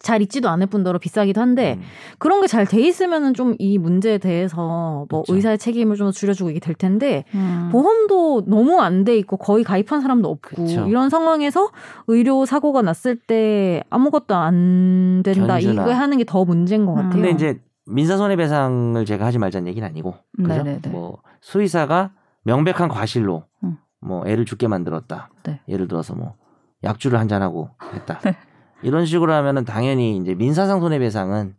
Speaker 3: 잘 있지도 않을 뿐더러 비싸기도
Speaker 1: 네.
Speaker 3: 한데
Speaker 2: 음.
Speaker 3: 그런 게 잘 돼 있으면은 좀 이 문제에 대해서 뭐
Speaker 2: 그쵸.
Speaker 3: 의사의 책임을 좀 더 줄여주고 이게 될 텐데
Speaker 1: 음.
Speaker 3: 보험도 너무 안 돼 있고 거의 가입한 사람도 없고
Speaker 2: 그쵸.
Speaker 3: 이런 상황에서 의료 사고가 났을 때 아무것도 안 된다
Speaker 2: 견주나.
Speaker 3: 이거 하는 게 더 문제인 것
Speaker 1: 음.
Speaker 3: 같아요.
Speaker 2: 근데 이제 민사 손해배상을 제가 하지 말자는 얘기는 아니고 그죠?
Speaker 1: 음, 네네네.
Speaker 2: 뭐 수의사가 명백한 과실로
Speaker 1: 음.
Speaker 2: 뭐 애를 죽게 만들었다.
Speaker 1: 네.
Speaker 2: 예를 들어서 뭐 약주를 한 잔하고 했다. 이런 식으로 하면은 당연히 이제 민사상 손해배상은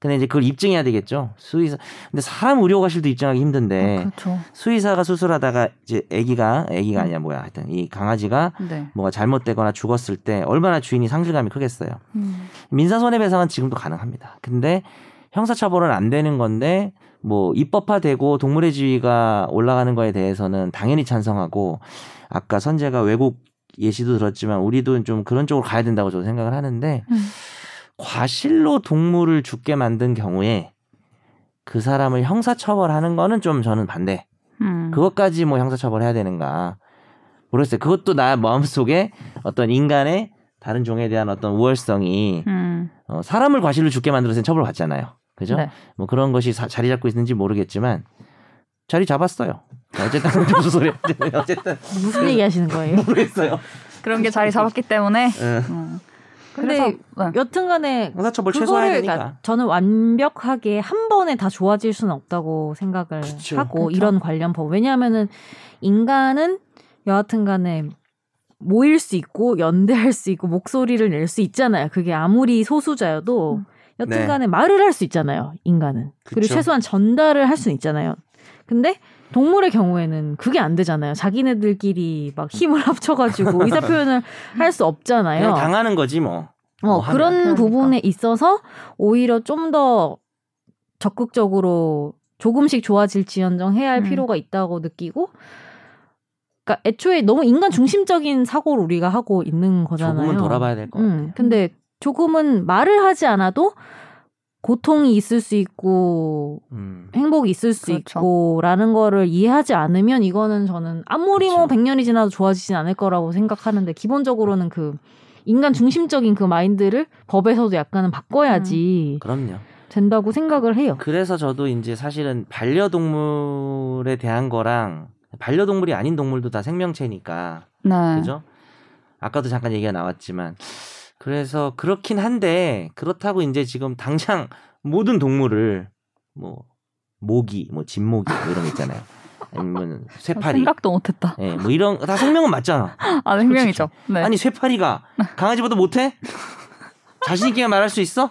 Speaker 2: 근데 이제 그걸 입증해야 되겠죠. 수의사 근데 사람 의료과실도 입증하기 힘든데
Speaker 1: 그렇죠.
Speaker 2: 수의사가 수술하다가 이제 아기가 아기가
Speaker 1: 음.
Speaker 2: 아니야 뭐야 하여튼 이 강아지가
Speaker 1: 네.
Speaker 2: 뭐가 잘못되거나 죽었을 때 얼마나 주인이 상실감이 크겠어요.
Speaker 1: 음.
Speaker 2: 민사 손해배상은 지금도 가능합니다. 근데 형사처벌은 안 되는 건데 뭐 입법화되고 동물의 지위가 올라가는 거에 대해서는 당연히 찬성하고 아까 선재가 외국 예시도 들었지만 우리도 좀 그런 쪽으로 가야 된다고 저도 생각을 하는데
Speaker 1: 음.
Speaker 2: 과실로 동물을 죽게 만든 경우에 그 사람을 형사처벌하는 거는 좀 저는 반대.
Speaker 1: 음.
Speaker 2: 그것까지 뭐 형사처벌해야 되는가 모르겠어요. 그것도 나 마음속에 어떤 인간의 다른 종에 대한 어떤 우월성이
Speaker 1: 음.
Speaker 2: 어, 사람을 과실로 죽게 만들어서 처벌 받잖아요. 그죠?
Speaker 1: 네.
Speaker 2: 뭐 그런 것이 사- 자리 잡고 있는지 모르겠지만 자리 잡았어요. 어쨌든 무슨 소리 어쨌든
Speaker 3: 무슨 얘기 하시는
Speaker 2: 뭐
Speaker 3: 거예요?
Speaker 2: 모르겠어요.
Speaker 1: 그런 게 자리 잡았기 때문에.
Speaker 2: 예.
Speaker 1: 음.
Speaker 3: 근데
Speaker 1: 그래서, 네.
Speaker 3: 여튼간에
Speaker 2: 형사처벌
Speaker 3: 그거를
Speaker 2: 최소화해야
Speaker 3: 그러니까
Speaker 2: 되니까.
Speaker 3: 저는 완벽하게 한 번에 다 좋아질 수는 없다고 생각을
Speaker 2: 그쵸.
Speaker 3: 하고
Speaker 1: 그쵸.
Speaker 3: 이런 관련 법 왜냐하면은 인간은 여하튼간에 모일 수 있고 연대할 수 있고 목소리를 낼 수 있잖아요. 그게 아무리 소수자여도
Speaker 1: 음.
Speaker 3: 여튼간에 말을 할 수 있잖아요. 인간은
Speaker 2: 네.
Speaker 3: 그리고
Speaker 2: 그쵸.
Speaker 3: 최소한 전달을 할 수는 있잖아요. 근데 동물의 경우에는 그게 안 되잖아요. 자기네들끼리 막 힘을 합쳐가지고 의사 표현을 할 수 없잖아요.
Speaker 2: 그냥 당하는 거지 뭐.
Speaker 3: 어,
Speaker 2: 뭐 하면.
Speaker 3: 그런
Speaker 1: 그러니까.
Speaker 3: 부분에 있어서 오히려 좀 더 적극적으로 조금씩 좋아질지언정 해야 할
Speaker 1: 음.
Speaker 3: 필요가 있다고 느끼고 그러니까 애초에 너무 인간 중심적인 사고를 우리가 하고 있는 거잖아요.
Speaker 2: 조금은 돌아봐야 될 것 같아요.
Speaker 3: 음, 근데 조금은 말을 하지 않아도 고통이 있을 수 있고
Speaker 2: 음.
Speaker 3: 행복이 있을 수
Speaker 1: 그렇죠.
Speaker 3: 있고라는 거를 이해하지 않으면 이거는 저는 아무리 뭐
Speaker 2: 그렇죠.
Speaker 3: 100년이 지나도 좋아지진 않을 거라고 생각하는데 기본적으로는 그 인간 중심적인 그 마인드를 법에서도 약간은 바꿔야지
Speaker 2: 그럼요.
Speaker 3: 된다고 생각을 해요.
Speaker 2: 그래서 저도 이제 사실은 반려동물에 대한 거랑 반려동물이 아닌 동물도 다 생명체니까
Speaker 1: 네.
Speaker 2: 그죠? 아까도 잠깐 얘기가 나왔지만 그래서 그렇긴 한데 그렇다고 이제 지금 당장 모든 동물을 뭐 모기, 뭐 진모기 뭐 이런 거 있잖아요. 아니면 쇠파리,
Speaker 1: 네. 생각도 못했다.
Speaker 2: 예, 뭐 이런 거 다 생명은 맞잖아.
Speaker 1: 아 생명이죠. 네.
Speaker 2: 그렇죠. 아니 쇠파리가 강아지보다 못해? 자신 있게 말할 수 있어?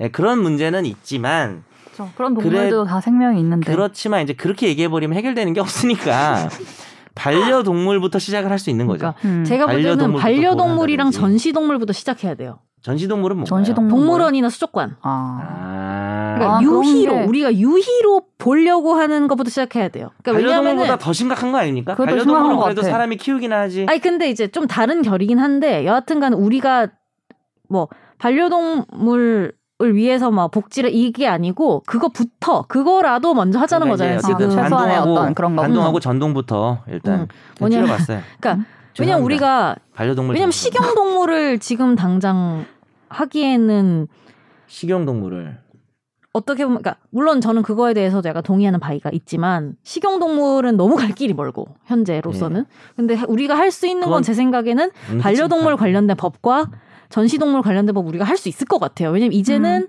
Speaker 2: 예, 그런 문제는 있지만
Speaker 1: 그렇죠. 그런 동물도 다 생명이 있는데.
Speaker 2: 그렇지만 이제 그렇게 얘기해 버리면 해결되는 게 없으니까 반려동물부터 시작을 할 수 있는 거죠.
Speaker 3: 그러니까
Speaker 1: 음.
Speaker 3: 제가 볼 때는
Speaker 2: 반려동물부터
Speaker 3: 반려동물이랑
Speaker 2: 보관하든지.
Speaker 3: 전시동물부터 시작해야 돼요.
Speaker 2: 전시동물은 뭔가요?
Speaker 1: 전시동- 동물.
Speaker 2: 뭐,
Speaker 3: 동물원이나 수족관.
Speaker 1: 아.
Speaker 2: 아.
Speaker 3: 그러니까
Speaker 1: 아, 그런
Speaker 3: 유희로
Speaker 1: 게-
Speaker 3: 우리가 유희로 보려고 하는 것부터 시작해야 돼요. 그러니까
Speaker 2: 반려동물보다
Speaker 3: 왜냐면은
Speaker 2: 더 심각한 거 아닙니까?
Speaker 1: 그것도 심각한
Speaker 2: 반려동물은
Speaker 1: 것
Speaker 2: 그래도
Speaker 1: 같아.
Speaker 2: 사람이 키우긴 하지.
Speaker 3: 아니 근데 이제 좀 다른 결이긴 한데 여하튼간 우리가 뭐 반려동물을 위해서 막 복지를 이게 아니고 그거부터 그거라도 먼저 하자는
Speaker 2: 그러니까
Speaker 3: 거잖아요
Speaker 2: 이제
Speaker 3: 지금.
Speaker 2: 어쨌든
Speaker 1: 아, 최소한의
Speaker 2: 반동하고-
Speaker 1: 어떤 그런 거. 음.
Speaker 2: 반동하고 음. 전동부터 일단
Speaker 3: 음.
Speaker 2: 음.
Speaker 3: 뭐냐면-
Speaker 2: 찔러봤어요.
Speaker 3: 그러니까
Speaker 2: 죄송합니다.
Speaker 3: 왜냐면 우리가
Speaker 2: 반려동물
Speaker 3: 왜냐면
Speaker 2: 전문.
Speaker 3: 식용 동물을 지금 당장 하기에는
Speaker 2: 식용 동물을
Speaker 3: 어떻게 보면 그러니까 물론 저는 그거에 대해서도 약간 동의하는 바이가 있지만 식용동물은 너무 갈 길이 멀고 현재로서는 근데 우리가 할 수 있는 건
Speaker 2: 예. 그건-
Speaker 3: 제 생각에는
Speaker 2: 음,
Speaker 3: 반려동물
Speaker 2: 그치.
Speaker 3: 관련된 법과 전시동물 관련된 법 우리가 할 수 있을 것 같아요. 왜냐면 이제는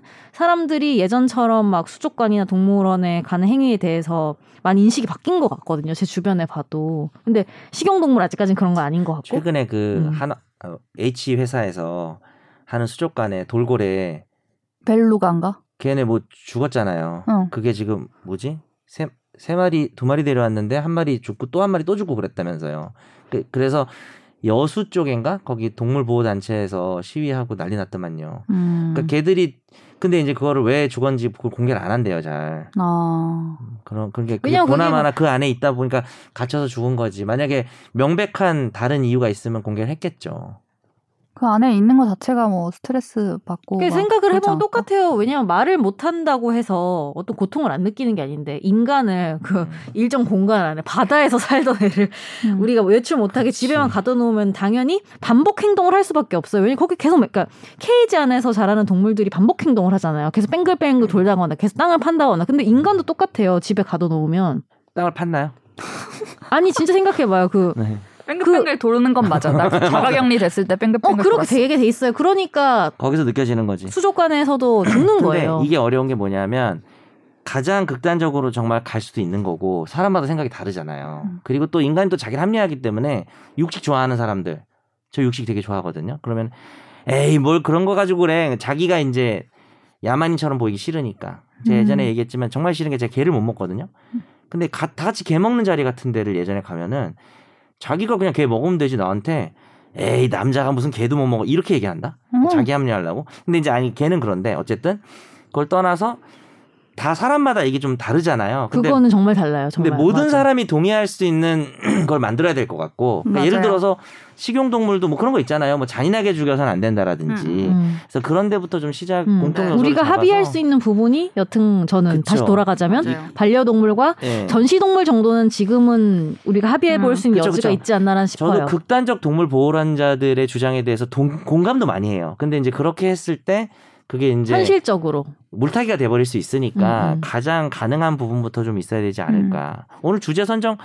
Speaker 1: 음.
Speaker 3: 사람들이 예전처럼 막 수족관이나 동물원에 가는 행위에 대해서 많이 인식이 바뀐 것 같거든요. 제 주변에 봐도. 근데 식용동물 아직까지는 그런 거 아닌 것 같고.
Speaker 2: 최근에 그
Speaker 3: 음.
Speaker 2: 하나 어, H 회사에서 하는 수족관에 돌고래
Speaker 1: 벨루가인가?
Speaker 2: 걔네 뭐 죽었잖아요.
Speaker 1: 어.
Speaker 2: 그게 지금 뭐지? 세, 세 마리, 두 마리 데려왔는데 한 마리 죽고 또 한 마리 또 죽고 그랬다면서요. 그, 그래서 여수 쪽인가? 거기 동물보호단체에서 시위하고 난리 났더만요.
Speaker 1: 음.
Speaker 2: 그러니까 걔들이 근데 이제 그거를 왜 죽었는지 그걸 공개를 안 한대요, 잘.
Speaker 1: 아.
Speaker 2: 그런 그런 게 그게
Speaker 3: 왜냐면 그게
Speaker 2: 보나마나 그 안에 있다 보니까 갇혀서 죽은 거지. 만약에 명백한 다른 이유가 있으면 공개를 했겠죠.
Speaker 1: 그 안에 있는 거 자체가 뭐 스트레스 받고
Speaker 3: 그게
Speaker 1: 막 그렇죠.
Speaker 3: 생각을
Speaker 1: 그렇지
Speaker 3: 해보면
Speaker 1: 않을까?
Speaker 3: 똑같아요. 왜냐면 말을 못한다고 해서 어떤 고통을 안 느끼는 게 아닌데 인간을 그 일정 공간 안에 바다에서 살던 애를
Speaker 1: 음.
Speaker 3: 우리가 뭐 외출 못하게
Speaker 2: 그치.
Speaker 3: 집에만 가둬놓으면 당연히 반복 행동을 할 수밖에 없어요. 왜냐면 거기 계속 그러니까 케이지 안에서 자라는 동물들이 반복 행동을 하잖아요. 계속 뱅글뱅글 돌다거나 계속 땅을 판다거나. 근데 인간도 똑같아요. 집에 가둬놓으면
Speaker 2: 땅을 팠나요?
Speaker 3: 아니 진짜 생각해봐요. 그
Speaker 2: 네.
Speaker 1: 뺑글뺑글 도는 건 맞아. 나 자가격리 됐을 때
Speaker 3: 어,
Speaker 1: 뺑글뺑글
Speaker 3: 그렇게
Speaker 1: 돌았어.
Speaker 3: 되게 돼 있어요. 그러니까
Speaker 2: 거기서 느껴지는 거지.
Speaker 3: 수족관에서도 죽는
Speaker 2: 근데
Speaker 3: 거예요.
Speaker 2: 이게 어려운 게 뭐냐면 가장 극단적으로 정말 갈 수도 있는 거고 사람마다 생각이 다르잖아요.
Speaker 1: 음.
Speaker 2: 그리고 또 인간이 또 자기를 합리화하기 때문에 육식 좋아하는 사람들 저 육식 되게 좋아하거든요. 그러면 에이 뭘 그런 거 가지고 그래 자기가 이제 야만인처럼 보이기 싫으니까 제가 예전에
Speaker 1: 음.
Speaker 2: 얘기했지만 정말 싫은 게 제가 개를 못 먹거든요.
Speaker 3: 음.
Speaker 2: 근데 가- 다 같이 개 먹는 자리 같은 데를 예전에 가면은 자기가 그냥 개 먹으면 되지 나한테 에이 남자가 무슨 개도 못 먹어 이렇게 얘기한다.
Speaker 1: 음.
Speaker 2: 뭐 자기 합리화하려고. 근데 이제 아니 걔는 그런데 어쨌든 그걸 떠나서 다 사람마다 이게 좀 다르잖아요. 근데
Speaker 3: 그거는 정말 달라요. 정말.
Speaker 2: 근데 모든
Speaker 3: 맞아.
Speaker 2: 사람이 동의할 수 있는 걸 만들어야 될 것 같고 그러니까 예를
Speaker 1: 맞아요.
Speaker 2: 들어서 식용동물도 뭐 그런 거 있잖아요. 뭐 잔인하게 죽여서는 안 된다라든지.
Speaker 3: 음.
Speaker 2: 그래서 그런 데부터 좀 시작
Speaker 3: 음.
Speaker 2: 공통 요소를
Speaker 3: 우리가
Speaker 2: 잡아서.
Speaker 3: 합의할 수 있는 부분이 여튼 저는
Speaker 2: 그쵸. 네.
Speaker 3: 다시 돌아가자면
Speaker 1: 맞아요.
Speaker 3: 반려동물과
Speaker 2: 예.
Speaker 3: 전시동물 정도는 지금은 우리가 합의해 볼
Speaker 1: 음,
Speaker 3: 수 있는
Speaker 2: 그쵸,
Speaker 3: 여지가
Speaker 2: 그쵸.
Speaker 3: 있지 않나라는
Speaker 2: 저도
Speaker 3: 싶어요.
Speaker 2: 극단적 동물 보호란자들의 주장에 대해서 동- 공감도 많이 해요. 근데 이제 그렇게 했을 때 그게 이제
Speaker 3: 현실적으로
Speaker 2: 물타기가 돼버릴 수 있으니까
Speaker 3: 음, 음.
Speaker 2: 가장 가능한 부분부터 좀 있어야
Speaker 1: 음.
Speaker 2: 되지 않을까. 오늘 주제 선정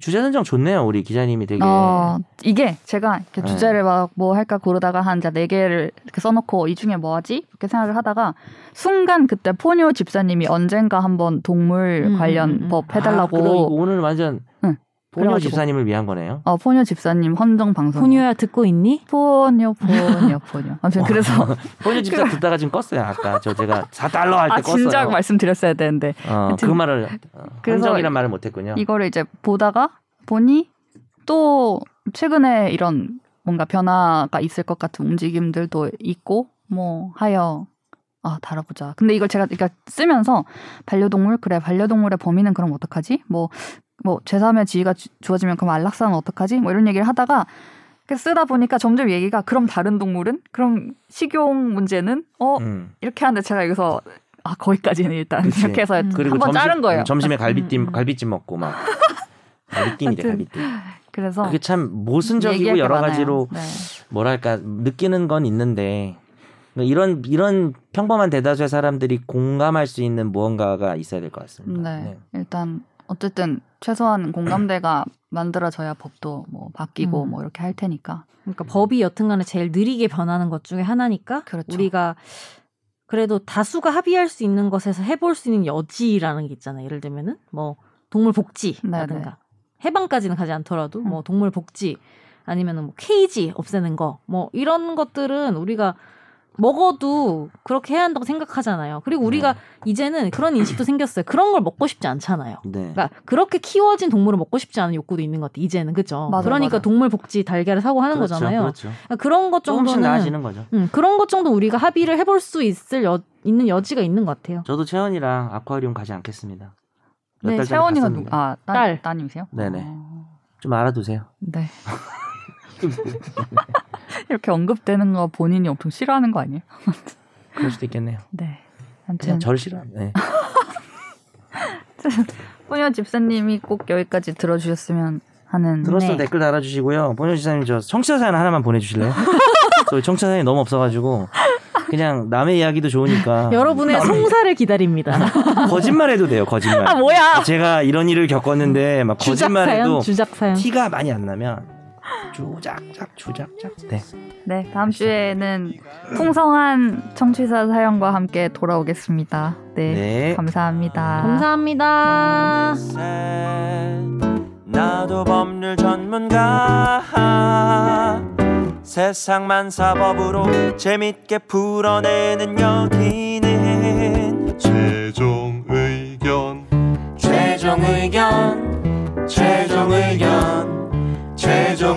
Speaker 2: 주제 선정 좋네요. 우리 기자님이 되게
Speaker 1: 어, 이게 제가 이렇게
Speaker 2: 네.
Speaker 1: 주제를 막 뭐 할까 고르다가 한 이제 네 개를 이렇게 써놓고 이 중에 뭐 하지? 이렇게 생각을 하다가 순간 그때 포뇨 집사님이 언젠가 한번 동물
Speaker 3: 음,
Speaker 1: 관련
Speaker 3: 음, 음.
Speaker 1: 법
Speaker 2: 아, 그럼 이거
Speaker 1: 해달라고
Speaker 2: 오늘 완전
Speaker 1: 응.
Speaker 2: 본여
Speaker 1: 그래가지고.
Speaker 2: 집사님을 위한 거네요.
Speaker 1: 어, 포뇨 집사님 헌정 방송
Speaker 3: 포뇨야 듣고 있니?
Speaker 1: 포뇨 포뇨 포뇨 아무튼 그래서
Speaker 2: 본여 집사 듣다가 지금 껐어요. 아까 저 제가 4달러 할 때
Speaker 1: 아
Speaker 2: 껐어요.
Speaker 1: 진작 말씀드렸어야 되는데
Speaker 2: 어, 그 말을 어,
Speaker 1: 그래서
Speaker 2: 함정이란 말을 못했군요.
Speaker 1: 이거를 이제 보다가 보니 또 최근에 이런 뭔가 변화가 있을 것 같은 움직임들도 있고 뭐 하여 아 다뤄보자. 근데 이걸 제가 그러니까 쓰면서 반려동물 그래 반려동물의 범위는 그럼 어떡하지? 뭐 뭐 제3의 지위가 주- 주어지면 그럼 안락사는 어떡하지? 뭐 이런 얘기를 하다가 이렇게 쓰다 보니까 점점 얘기가 그럼 다른 동물은 그럼 식용 문제는 어
Speaker 2: 음.
Speaker 1: 이렇게 하는데 제가 여기서 아 거기까지는 일단
Speaker 2: 그치.
Speaker 1: 이렇게 해서
Speaker 3: 음.
Speaker 2: 그리고
Speaker 1: 한번
Speaker 2: 점심,
Speaker 1: 자른 거예요.
Speaker 2: 음, 점심에
Speaker 3: 음,
Speaker 2: 갈비찜
Speaker 3: 음.
Speaker 2: 갈비찜 먹고 막 아, 갈비찜이래
Speaker 1: 하여튼
Speaker 2: 갈비찜.
Speaker 1: 그래서
Speaker 2: 그게 참
Speaker 1: 얘기할
Speaker 2: 모순적이고
Speaker 1: 게
Speaker 2: 여러
Speaker 1: 많아요.
Speaker 2: 가지로
Speaker 1: 네.
Speaker 2: 뭐랄까 느끼는 건 있는데 그러니까 이런 이런 평범한 대다수의 사람들이 공감할 수 있는 무언가가 있어야 될 것 같습니다.
Speaker 1: 네. 일단 어쨌든 최소한 공감대가 만들어져야 법도 뭐 바뀌고
Speaker 3: 음.
Speaker 1: 뭐 이렇게 할 테니까.
Speaker 3: 그러니까 법이 여튼간에 제일 느리게 변하는 것 중에 하나니까
Speaker 1: 그렇죠.
Speaker 3: 우리가 그래도 다수가 합의할 수 있는 것에서 해볼 수 있는 여지라는 게 있잖아요. 예를 들면은 뭐 동물
Speaker 1: 네, 네.
Speaker 3: 복지라든가 해방까지는 가지 않더라도
Speaker 1: 음.
Speaker 3: 뭐 동물 복지 아니면은 뭐 케이지 없애는 거 뭐 이런 것들은 우리가 먹어도 그렇게 해야 한다고 생각하잖아요. 그리고
Speaker 2: 네.
Speaker 3: 우리가 이제는 그런 인식도 생겼어요. 그런 걸 먹고 싶지 않잖아요.
Speaker 2: 네.
Speaker 3: 그러니까 그렇게 키워진 동물을 먹고 싶지 않은 욕구도 있는 것 같아. 이제는 그죠.
Speaker 1: 맞아,
Speaker 3: 그러니까
Speaker 1: 맞아.
Speaker 3: 동물 복지 달걀을 사고 하는
Speaker 2: 그렇죠,
Speaker 3: 거잖아요.
Speaker 2: 그렇죠.
Speaker 3: 그러니까 그런 것
Speaker 2: 조금씩
Speaker 3: 정도는
Speaker 2: 나아지는 거죠.
Speaker 3: 음, 그런 것 정도 우리가 합의를 해볼 수 있을 여, 있는 여지가 있는 것 같아요.
Speaker 2: 저도 채원이랑 아쿠아리움 가지 않겠습니다.
Speaker 3: 네,
Speaker 2: 몇달
Speaker 1: 채원이가 누구? 아 딸,
Speaker 3: 딸.
Speaker 1: 따님이세요?
Speaker 2: 네네.
Speaker 1: 어,
Speaker 2: 좀 알아두세요.
Speaker 1: 네. 이렇게 언급되는 거 본인이 엄청 싫어하는 거 아니에요?
Speaker 2: 그럴 수도 있겠네요.
Speaker 1: 네.
Speaker 2: 그냥
Speaker 1: 아무튼
Speaker 2: 저를 싫어합니다. 네.
Speaker 1: 소녀 집사님이 꼭 여기까지 들어주셨으면 하는.
Speaker 2: 들었어
Speaker 3: 네.
Speaker 2: 댓글 달아주시고요. 본현 지사님 저 청취자 사연 하나만 보내주실래요? 저희 청취자 사연이 너무 없어가지고 그냥 남의 이야기도 좋으니까
Speaker 3: 여러분의 송사를 기다립니다.
Speaker 2: 거짓말해도 돼요 거짓말.
Speaker 3: 아 뭐야?
Speaker 2: 제가 이런 일을 겪었는데 막
Speaker 3: 주작 사연,
Speaker 2: 거짓말해도
Speaker 3: 주작 사연.
Speaker 2: 티가 많이 안 나면 주작작 주작작. 네.
Speaker 1: 네, 다음 주에는 풍성한 청취사 사연과 함께 돌아오겠습니다. 네,
Speaker 2: 네.
Speaker 1: 감사합니다.
Speaker 3: 감사합니다.
Speaker 4: 나도 법률 전문가 세상만 사법으로 재밌게 풀어내는 여기는
Speaker 5: 최종 의견
Speaker 4: 최종 의견 최종 의견 최종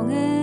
Speaker 6: 의견